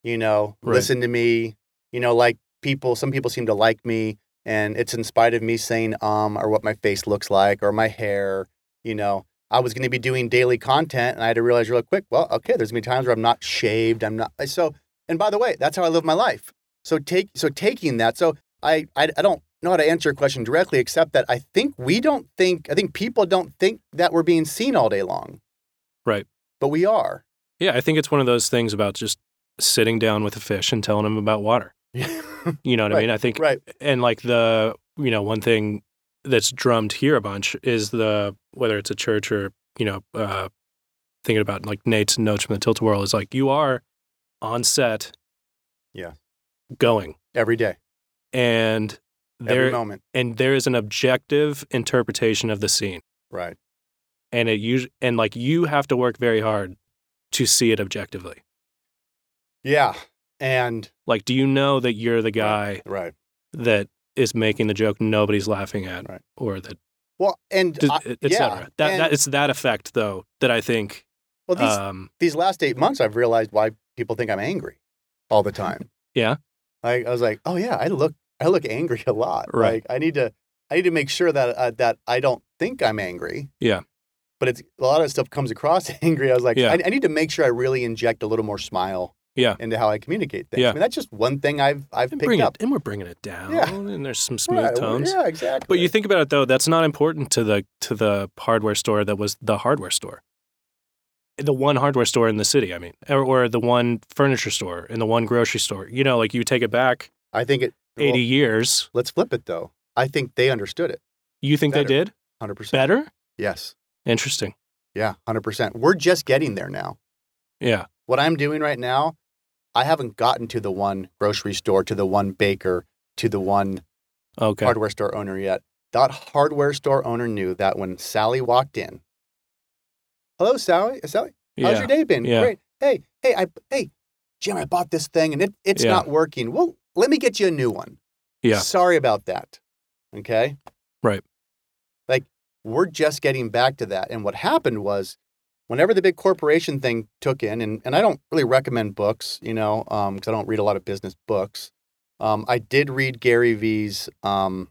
S2: you know,
S1: Right.
S2: listen to me, you know, like people, some people seem to like me. And it's in spite of me saying, um, or what my face looks like or my hair, you know. I was going to be doing daily content and I had to realize real quick, well, okay, there's going to be times where I'm not shaved. I'm not. So, and by the way, that's how I live my life. So, take, so taking that, so I, I, I don't know how to answer your question directly, except that I think we don't think, I think people don't think that we're being seen all day long.
S1: Right.
S2: But we are.
S1: Yeah, I think it's one of those things about just sitting down with a fish and telling him about water. You know what I
S2: Right.
S1: mean? I think
S2: right.
S1: and like the you know one thing that's drummed here a bunch is the whether it's a church or you know uh, thinking about like Nate's notes from the Tilt World is like you are on set,
S2: Yeah.
S1: going
S2: *laughs* every day,
S1: and
S2: every
S1: there
S2: moment.
S1: and there is an objective interpretation of the scene
S2: Right.
S1: and it usually and like you have to work very hard to see it objectively.
S2: Yeah. And
S1: Like, do you know that you're the guy
S2: right.
S1: that is making the joke nobody's laughing at
S2: Right.
S1: or that
S2: Well, and I-
S1: etc. et cetera.
S2: yeah,
S1: That,
S2: and-
S1: that it's that effect though that I think
S2: well, these
S1: um,
S2: these last eight months, I've realized why people think I'm angry all the time.
S1: *laughs* Yeah.
S2: Like I was like, oh yeah, I look I look angry a lot.
S1: Right.
S2: Like I need to I need to make sure that uh, that I don't think I'm angry.
S1: Yeah.
S2: But it's a lot of stuff comes across *laughs* angry. I was like,
S1: Yeah.
S2: I, I need to make sure I really inject a little more smile.
S1: Yeah.
S2: Into how I communicate things.
S1: Yeah.
S2: I mean, that's just one thing I've I've
S1: and,
S2: picked
S1: bring it,
S2: up.
S1: and we're bringing it down
S2: Yeah.
S1: and there's some smooth
S2: Right, well,
S1: tones.
S2: Yeah, exactly.
S1: But you think about it though, that's not important to the to the hardware store that was the hardware store. The one hardware store in the city, I mean, or, or the one furniture store and the one grocery store. You know, like you take it back
S2: I think it.
S1: 80
S2: well,
S1: years.
S2: let's flip it though. I think they understood it.
S1: You think they
S2: better.
S1: did?
S2: Hundred percent.
S1: Better?
S2: Yes.
S1: Interesting.
S2: Yeah. Hundred percent. We're just getting there now.
S1: Yeah.
S2: what I'm doing right now, I haven't gotten to the one grocery store, to the one baker, to the one
S1: Okay.
S2: hardware store owner yet. That hardware store owner knew that when Sally walked in, hello, Sally. Sally, how's
S1: yeah.
S2: your day been?
S1: Yeah.
S2: Great. Hey, hey, I, hey, Jim, I bought this thing and it, it's
S1: Yeah.
S2: not working. Well, let me get you a new one.
S1: Yeah.
S2: Sorry about that. Okay.
S1: Right.
S2: Like we're just getting back to that. And what happened was whenever the big corporation thing took in, and, and I don't really recommend books, you know, because I don't read a lot of business books. Um, I did read Gary Vee's um,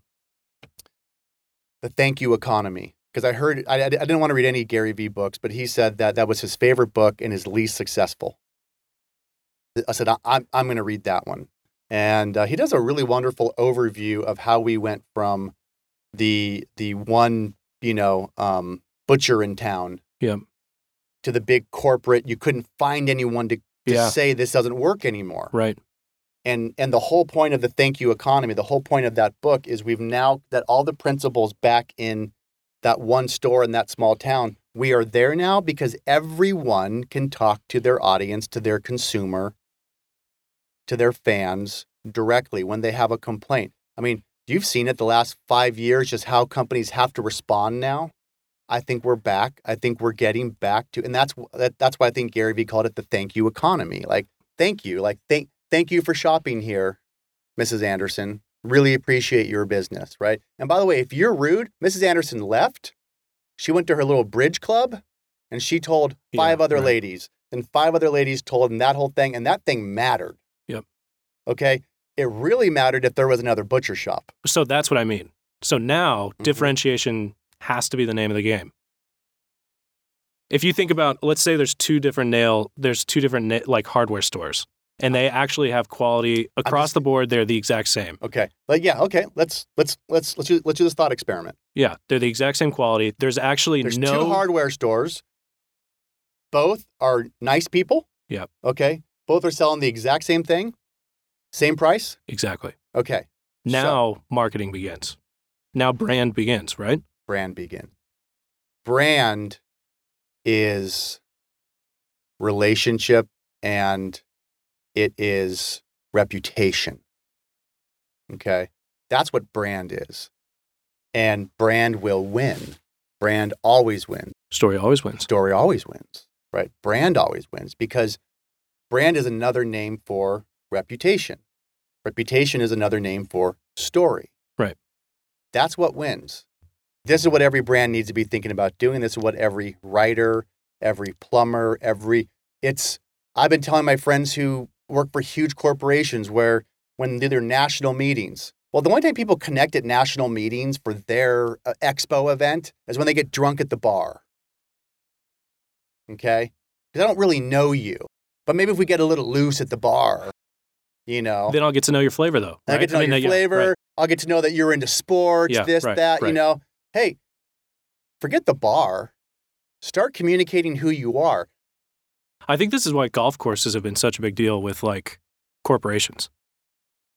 S2: The Thank You Economy because I heard, I, I I didn't want to read any Gary Vee books, but he said that that was his favorite book and his least successful. I said, I, I'm, I'm going to read that one. And uh, he does a really wonderful overview of how we went from the, the one, you know, um, butcher in town
S1: Yep.
S2: to the big corporate. You couldn't find anyone to, to
S1: Yeah.
S2: say this doesn't work anymore
S1: Right.
S2: and and the whole point of the thank you economy the whole point of that book is we've now that all the principles back in that one store in that small town we are there now because everyone can talk to their audience to their consumer to their fans directly when they have a complaint i mean you've seen it the last 5 years just how companies have to respond now i think we're back i think we're getting back to and that's that, that's why i think Gary Vee called it the thank you economy like thank you like thank thank you for shopping here, Mrs. Anderson. Really appreciate your business, right? And by the way, if you're rude, Mrs. Anderson left. She went to her little bridge club and she told
S1: Yeah,
S2: five other
S1: right.
S2: ladies, and five other ladies told, and that whole thing, and that thing mattered.
S1: Yep.
S2: Okay. It really mattered if there was another butcher shop.
S1: So that's what I mean. So now
S2: Mhm.
S1: differentiation has to be the name of the game. If you think about, let's say there's two different nail, there's two different na- like hardware stores, and they actually have quality across
S2: just-
S1: the board. They're the exact same.
S2: Okay. But yeah, okay. Let's let's let's let's do, let's do this thought experiment.
S1: Yeah, they're the exact same quality. There's actually
S2: There's
S1: no
S2: two hardware stores. Both are nice people.
S1: Yep.
S2: Okay. Both are selling the exact same thing, same price.
S1: exactly.
S2: Okay. So-
S1: Now marketing begins. Now brand begins. Right.
S2: Brand begin. Brand is relationship and it is reputation. Okay. That's what brand is. And brand will win. Brand always wins.
S1: Story always wins.
S2: story always wins, right? Brand always wins because brand is another name for reputation. Reputation is another name for story.
S1: Right.
S2: That's what wins. This is what every brand needs to be thinking about doing. This is what every writer, every plumber, every it's I've been telling my friends who work for huge corporations where when they do their national meetings, well, the only time people connect at national meetings for their uh, expo event is when they get drunk at the bar okay? Because I don't really know you. But maybe if we get a little loose at the bar, you know,
S1: Then I'll get to know your flavor though.
S2: I
S1: right?
S2: get to know
S1: mean,
S2: your
S1: that- yeah,
S2: flavor.
S1: right.
S2: I'll get to know that you're into sports,
S1: Yeah,
S2: this,
S1: right,
S2: that, you
S1: right.
S2: know. Hey, forget the bar. Start communicating who you are.
S1: I think this is why golf courses have been such a big deal with like corporations,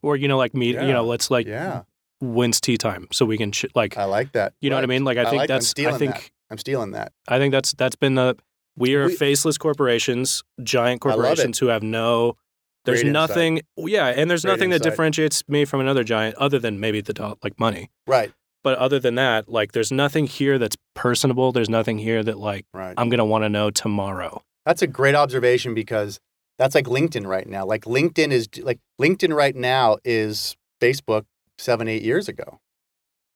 S1: or you know, like meet,
S2: Yeah.
S1: you know, let's like
S2: yeah.
S1: when's tea time so we can ch- like
S2: I like that.
S1: you know what I
S2: Right.
S1: mean like I think
S2: like- I'm
S1: that's I
S2: stealing
S1: think
S2: that. I'm stealing that.
S1: I think that's that's been the we are
S2: We-
S1: faceless corporations giant
S2: I love it.
S1: corporations who have no there's
S2: Great insight.
S1: nothing yeah and there's
S2: Great
S1: nothing that
S2: insight.
S1: differentiates me from another giant other than maybe the dol- like money
S2: Right.
S1: but other than that like there's nothing here that's personable there's nothing here that like
S2: Right.
S1: I'm gonna want to know tomorrow
S2: That's a great observation because that's like LinkedIn right now. Like LinkedIn is like LinkedIn right now is Facebook seven, eight years ago.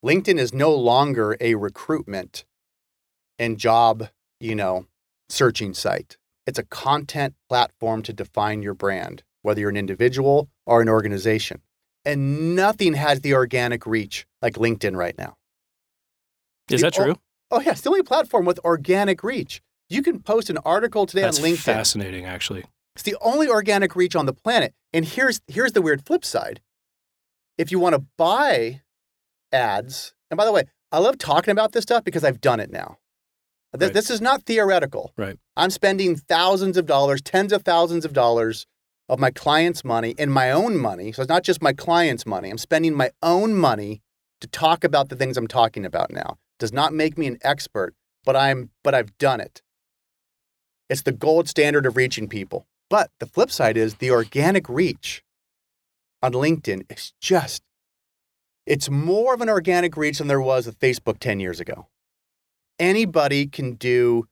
S2: LinkedIn is no longer a recruitment and job, you know, searching site. It's a content platform to define your brand, whether you're an individual or an organization. And nothing has the organic reach like LinkedIn right now.
S1: is
S2: You-
S1: that true
S2: Oh yeah, it's the only platform with organic reach. You can post an article today
S1: that's
S2: on LinkedIn.
S1: fascinating actually
S2: It's the only organic reach on the planet. And here's here's the weird flip side. If you want to buy ads, and by the way, I love talking about this stuff because I've done it now. Th-
S1: Right.
S2: This is not theoretical.
S1: Right.
S2: I'm spending thousands of dollars, tens of thousands of dollars of my clients' money and my own money. So it's not just my clients' money. I'm spending my own money to talk about the things I'm talking about now. Does not make me an expert, but I'm but I've done it. It's the gold standard of reaching people. But the flip side is the organic reach on LinkedIn is just it's more of an organic reach than there was with Facebook 10 years ago. Anybody can do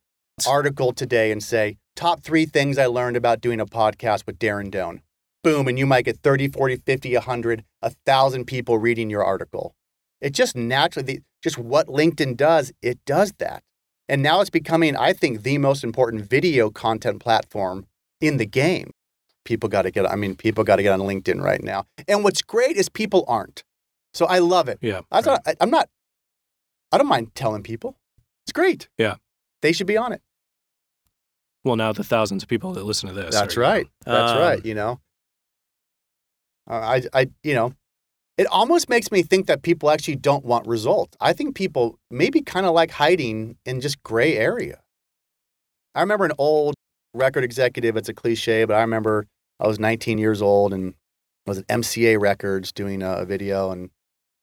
S2: article today and say top 3 things I learned about doing a podcast with Darren Doan. Boom, and you might get 30, 40, 50, 100, 1000 people reading your article. It just naturally just what LinkedIn does, it does that. And now it's becoming, I think, the most important video content platform in the game. People got to get, I mean, people got to get on LinkedIn right now. And what's great is people aren't. So I love it.
S1: yeah
S2: That's
S1: right.
S2: not, I, I'm not, I don't mind telling people. It's great.
S1: Yeah.
S2: They should be on it.
S1: well now the thousands of people that listen to this
S2: That's
S1: are-
S2: right. That's
S1: Um,
S2: right. You know, Uh, I, I, you know, it almost makes me think that people actually don't want results. I think people maybe kind of like hiding in just gray area. I remember an old record executive. It's a cliche, but I remember I was 19 years old and I was at MCA Records doing a, a video and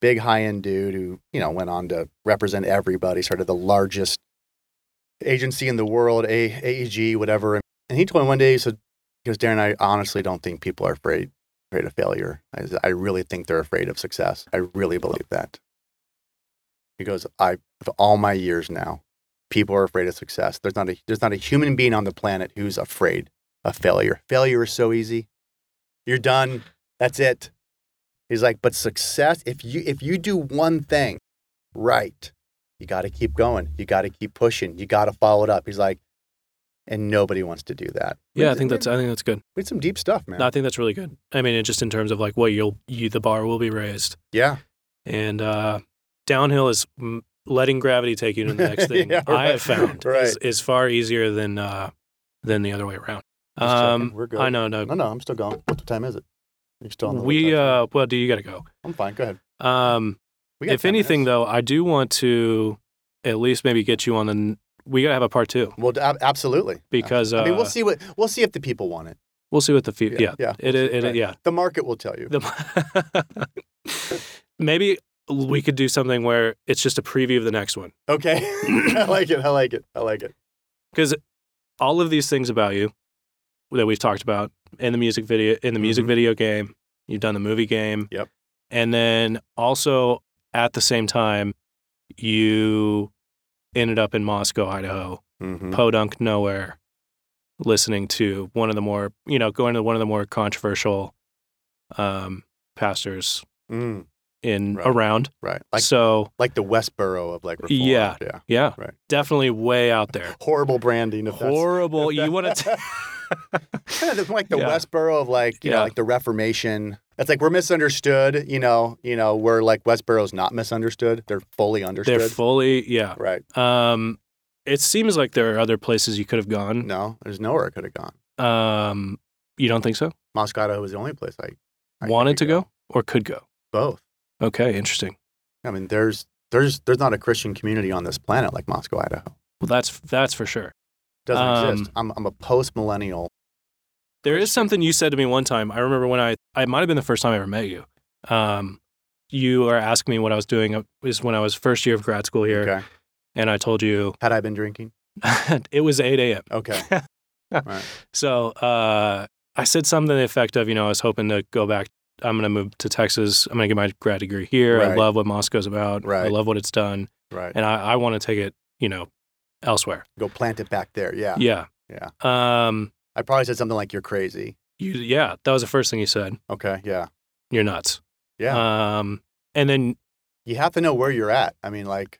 S2: big high end dude who you know went on to represent everybody, started the largest agency in the world, a- AEG, whatever. And he told me one day, he said, because Darren, I honestly don't think people are afraid afraid of failure. I, I really think they're afraid of success. I really believe that. He goes, I for all my years now, people are afraid of success. There's not a there's not a human being on the planet who's afraid of failure. Failure is so easy. You're done. That's it. He's like, but success, if you if you do one thing right, you gotta keep going. You gotta keep pushing. You gotta follow it up. He's like, and nobody wants to do that.
S1: yeah I think that's I think that's good
S2: We had some deep stuff, man.
S1: No, I think that's really good I mean it just in terms of like what you'll you the bar will be raised
S2: yeah.
S1: and uh, downhill is m- letting gravity take you to the
S2: *laughs*
S1: next thing.
S2: Yeah,
S1: I have
S2: right.
S1: found is,
S2: *laughs* Right.
S1: is far easier than uh, than the other way around.
S2: Just checking.
S1: Um,
S2: We're good.
S1: I know, no,
S2: No, no, I'm still going. What time is it? You're still on the
S1: we
S2: hook, I
S1: uh, well, do you got to go?
S2: think. I'm fine. Go ahead.
S1: Um,
S2: We got
S1: if
S2: 10
S1: anything,
S2: minutes.
S1: though, I do want to at least maybe get you on the. n- We got to have a part two
S2: well, ab- absolutely.
S1: because uh,
S2: I mean, we'll see what we'll see if the people want it.
S1: we'll see what the few. Yeah,
S2: yeah.
S1: it it, it
S2: Right.
S1: yeah.
S2: The market will tell
S1: *laughs*
S2: you.
S1: The, maybe we could do something where it's just a preview of the next one.
S2: Okay, *laughs* I like it. I like it. I like it.
S1: because all of these things about you that we've talked about in the music video in the music
S2: Mhm.
S1: video game you've done the movie game
S2: Yep.
S1: and then also at the same time you ended up in moscow idaho
S2: Mm-hmm.
S1: podunk nowhere listening to one of the more you know going to one of the more controversial um pastors
S2: Mm,
S1: in
S2: Right.
S1: around
S2: right, like
S1: so
S2: like the Westboro of like reform.
S1: Yeah.
S2: yeah.
S1: yeah
S2: Right.
S1: definitely way out
S2: *laughs*
S1: there
S2: Horrible branding. If
S1: horrible
S2: if
S1: you
S2: that- *laughs*
S1: want *laughs* to
S2: That's kind of like the
S1: Yeah.
S2: Westboro of like you
S1: Yeah.
S2: know like the Reformation. It's like we're misunderstood. You know, you know, we're like Westboro's not misunderstood. They're fully understood.
S1: they're fully yeah
S2: right.
S1: Um, it seems like there are other places you could have gone.
S2: No, there's nowhere I could have gone.
S1: Um, you don't think so?
S2: Moscow Idaho was the only place I, I
S1: Wanted to
S2: could
S1: go or could go?
S2: Both.
S1: Okay, interesting.
S2: I mean, there's there's there's not a Christian community on this planet like Moscow, Idaho.
S1: Well, that's that's for sure.
S2: Doesn't
S1: Um,
S2: exist. I'm I'm a post millennial.
S1: There is something you said to me one time. I remember when I I might have been the first time I ever met you. Um, you are asking me what I was doing is when I was first year of grad school here,
S2: Okay.
S1: and I told you *laughs*
S2: Had I been drinking?
S1: it was 8 a.m. *laughs*
S2: Okay.
S1: So uh, I said something to the effect of, you know, I was hoping to go back. I'm going to move to Texas. I'm going to get my grad degree here. I
S2: Right.
S1: love what Moscow's about. I
S2: Right.
S1: love what it's done,
S2: Right.
S1: and I, I want to take it, you know, elsewhere.
S2: Go plant it back there. Yeah.
S1: Yeah.
S2: Yeah.
S1: Um.
S2: I probably said something like, you're crazy.
S1: You. Yeah. That was the first thing you said.
S2: Okay. Yeah.
S1: You're nuts.
S2: Yeah.
S1: Um. And then
S2: you have to know where you're at. I mean, like,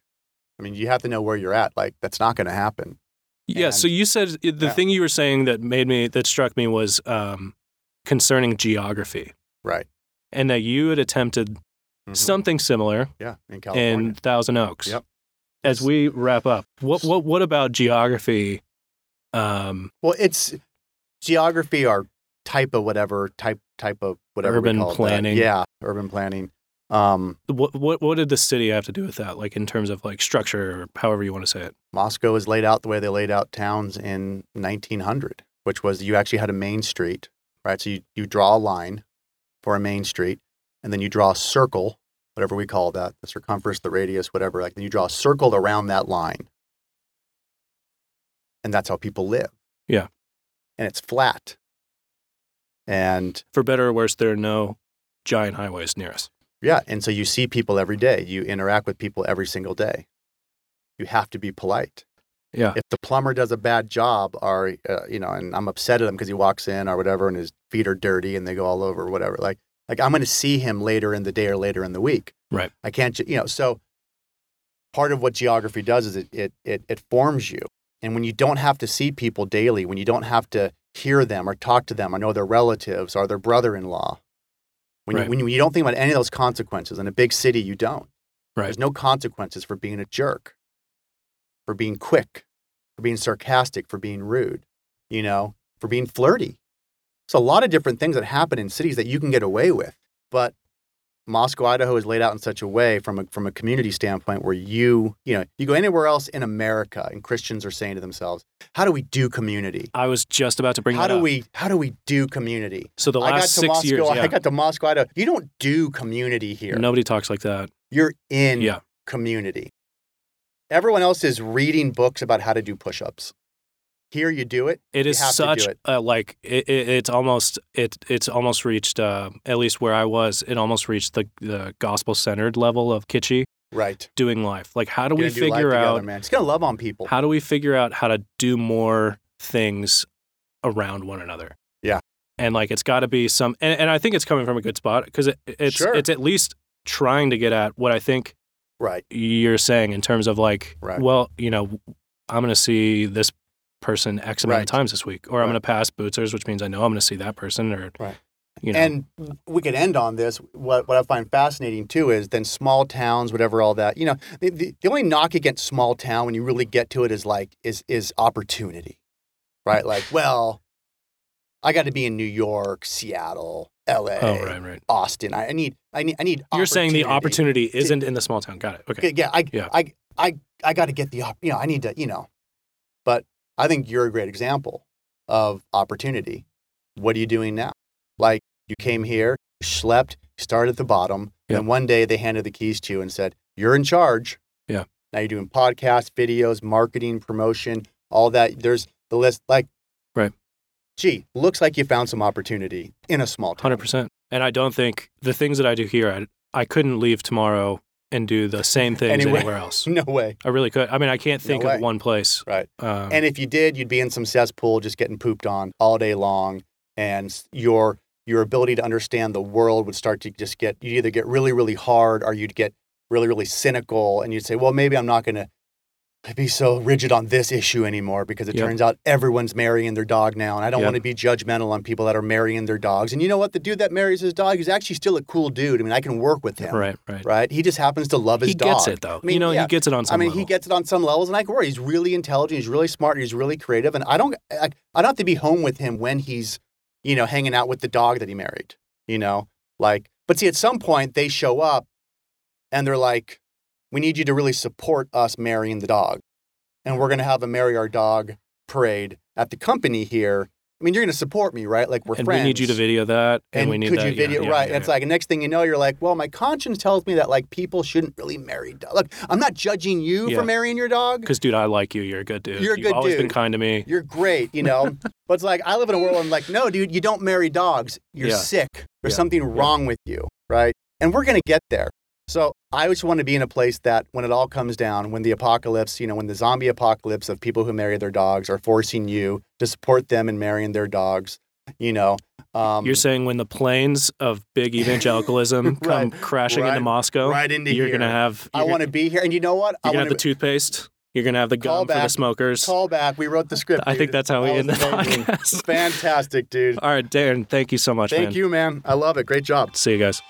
S2: I mean, you have to know where you're at. Like, that's not going to happen.
S1: Yeah. So
S2: And-
S1: you said the
S2: Yeah.
S1: thing you were saying that made me that struck me was um, concerning geography,
S2: Right.
S1: and that you had attempted
S2: Mhm.
S1: something similar
S2: Yeah. In California.
S1: in Thousand Oaks.
S2: Yep.
S1: As we wrap up, what what what about geography? Um,
S2: well, it's geography or type of whatever, type, type of whatever. we
S1: Urban
S2: call it that.
S1: planning.
S2: Yeah. Urban planning. Um,
S1: what what what did the city have to do with that? Like in terms of like structure, or however you want to say it.
S2: Moscow is laid out the way they laid out towns in 1900, which was you actually had a main street, right? So you, you draw a line for a main street, and then you draw a circle, whatever we call that, the circumference, the radius, whatever. Like, then you draw a circle around that line. And that's how people live.
S1: Yeah.
S2: And it's flat. And
S1: For better or worse, there are no giant highways near us.
S2: yeah, and so you see people every day, you interact with people every single day. You have to be polite.
S1: Yeah.
S2: if the plumber does a bad job or uh, you know and i'm upset at him because he walks in or whatever and his feet are dirty and they go all over or whatever like like i'm going to see him later in the day or later in the week
S1: Right.
S2: i can't ju- you know so part of what geography does is it it it, it forms you and when you don't have to see people daily when you don't have to hear them or talk to them or know their relatives or their brother-in-law when,
S1: Right.
S2: you, when you, you don't think about any of those consequences in a big city you don't
S1: Right.
S2: there's no consequences for being a jerk for being quick for being sarcastic, for being rude, you know, for being flirty. It's a lot of different things that happen in cities that you can get away with. But Moscow, Idaho is laid out in such a way from a, from a community standpoint where you, you know, you go anywhere else in America and Christians are saying to themselves, how do we do community?
S1: I was just about to bring
S2: How
S1: that
S2: do
S1: up.
S2: we how do we do community?
S1: so the
S2: I got
S1: last
S2: to
S1: six
S2: Moscow,
S1: years, yeah,
S2: I got to Moscow, Idaho. You don't do community here.
S1: nobody talks like that.
S2: You're in
S1: Yeah.
S2: community. Everyone else is reading books about how to do push-ups. Here you do it.
S1: it
S2: You
S1: is
S2: have to do
S1: such
S2: it.
S1: uh, like it, it, it's almost it it's almost reached uh, at least where I was it almost reached the the gospel centered level of kitschy
S2: Right.
S1: doing life like how do we
S2: Gonna life
S1: figure
S2: together,
S1: out
S2: man. It's gonna love on people.
S1: how do we figure out how to do more things around one another
S2: Yeah.
S1: and like it's got to be some and, and I think it's coming from a good spot because it, it's
S2: Sure.
S1: it's at least trying to get at what I think
S2: right.
S1: you're saying in terms of like,
S2: Right.
S1: well, you know, I'm going to see this person X amount of
S2: Right.
S1: times this week, or I'm
S2: Right.
S1: going to pass Bootsers, which means I know I'm going to see that person, or
S2: Right.
S1: you know,
S2: And we could end on this. What what I find fascinating too is then small towns, whatever, all that. You know, the, the, the only knock against small town when you really get to it is like is is opportunity,
S1: *laughs*
S2: right? Like, well, I got to be in New York, Seattle, L.A.,
S1: oh right, right.
S2: Austin. I, I need I need I need.
S1: You're saying the opportunity isn't in the small town. Got it. Okay.
S2: Yeah, yeah, I,
S1: Yeah.
S2: I, I, I got to get the, op- you know, I need to, you know, but I think you're a great example of opportunity. What are you doing now? Like you came here, you slept, you started at the bottom,
S1: Yeah.
S2: and one day they handed the keys to you and said, "You're in charge."
S1: Yeah.
S2: Now you're doing podcasts, videos, marketing, promotion, all that. There's the list. Like,
S1: Right.
S2: Gee, looks like you found some opportunity in a small town.
S1: Hundred percent. And I don't think the things that I do here, I I couldn't leave tomorrow and do the
S2: *laughs*
S1: same things
S2: Anywhere.
S1: anywhere else.
S2: *laughs* No way.
S1: I really could. I mean, I can't
S2: No
S1: think
S2: way.
S1: of one place.
S2: Right.
S1: Um,
S2: And if you did, you'd be in some cesspool just getting pooped on all day long, and s- your your ability to understand the world would start to just get you would either get really really hard or you'd get really really cynical, and you'd say, well, maybe I'm not going to be so rigid on this issue anymore because it
S1: Yep.
S2: turns out everyone's marrying their dog now, and I don't
S1: Yep.
S2: want to be judgmental on people that are marrying their dogs. And you know what? The dude that marries his dog is actually still a cool dude. I mean, I can work with him, right?
S1: right, right.
S2: He just happens to love his
S1: He
S2: dog.
S1: gets it though.
S2: I mean,
S1: you know,
S2: yeah.
S1: he gets it on some
S2: I mean,
S1: level.
S2: he gets it on some levels, and I can worry. He's really intelligent. He's really smart. He's really creative, and I don't, I, I don't have to be home with him when he's, you know, hanging out with the dog that he married. You know, like, but see, at some point they show up, and they're like, "We need you to really support us marrying the dog, and we're going to have a marry our dog parade at the company here, I mean, you're going to support me, right? Like we're
S1: and
S2: friends.
S1: we need you to video that, and, we need
S2: could
S1: that,
S2: you
S1: yeah,
S2: video
S1: yeah,
S2: right?
S1: yeah,
S2: and it's
S1: yeah.
S2: like next thing you know, you're like, well, my conscience tells me that like people shouldn't really marry. Do- Look, I'm not judging you
S1: Yeah.
S2: for marrying your dog.
S1: Because, dude, I like you. You're a good dude.
S2: You're a
S1: You've
S2: good
S1: always been
S2: dude.
S1: kind to me.
S2: You're great,
S1: *laughs*
S2: you know. but it's like I live in a world where I'm like, no, dude, you don't marry dogs. You're
S1: Yeah.
S2: sick. There's
S1: Yeah.
S2: something wrong with you, right? And we're gonna get there. So I just want to be in a place that when it all comes down, when the apocalypse, you know, when the zombie apocalypse of people who marry their dogs are forcing you to support them in marrying their dogs, you know. Um,
S1: You're saying when the planes of
S2: *laughs*
S1: big evangelicalism come crashing into
S2: Right.
S1: Moscow,
S2: right into
S1: you're
S2: here.
S1: gonna have.
S2: I want to be here, and you know what?
S1: You're
S2: I
S1: gonna
S2: want
S1: have the toothpaste. You're gonna have the
S2: Call
S1: gum for the
S2: back.
S1: smokers.
S2: call back. We wrote the script.
S1: I think
S2: dude.
S1: that's how we
S2: That
S1: end the
S2: was amazing.
S1: podcast. *laughs*
S2: Fantastic, dude.
S1: All right, Darren. Thank you so much,
S2: Thank
S1: man.
S2: you, man. I love it. Great job.
S1: See you guys.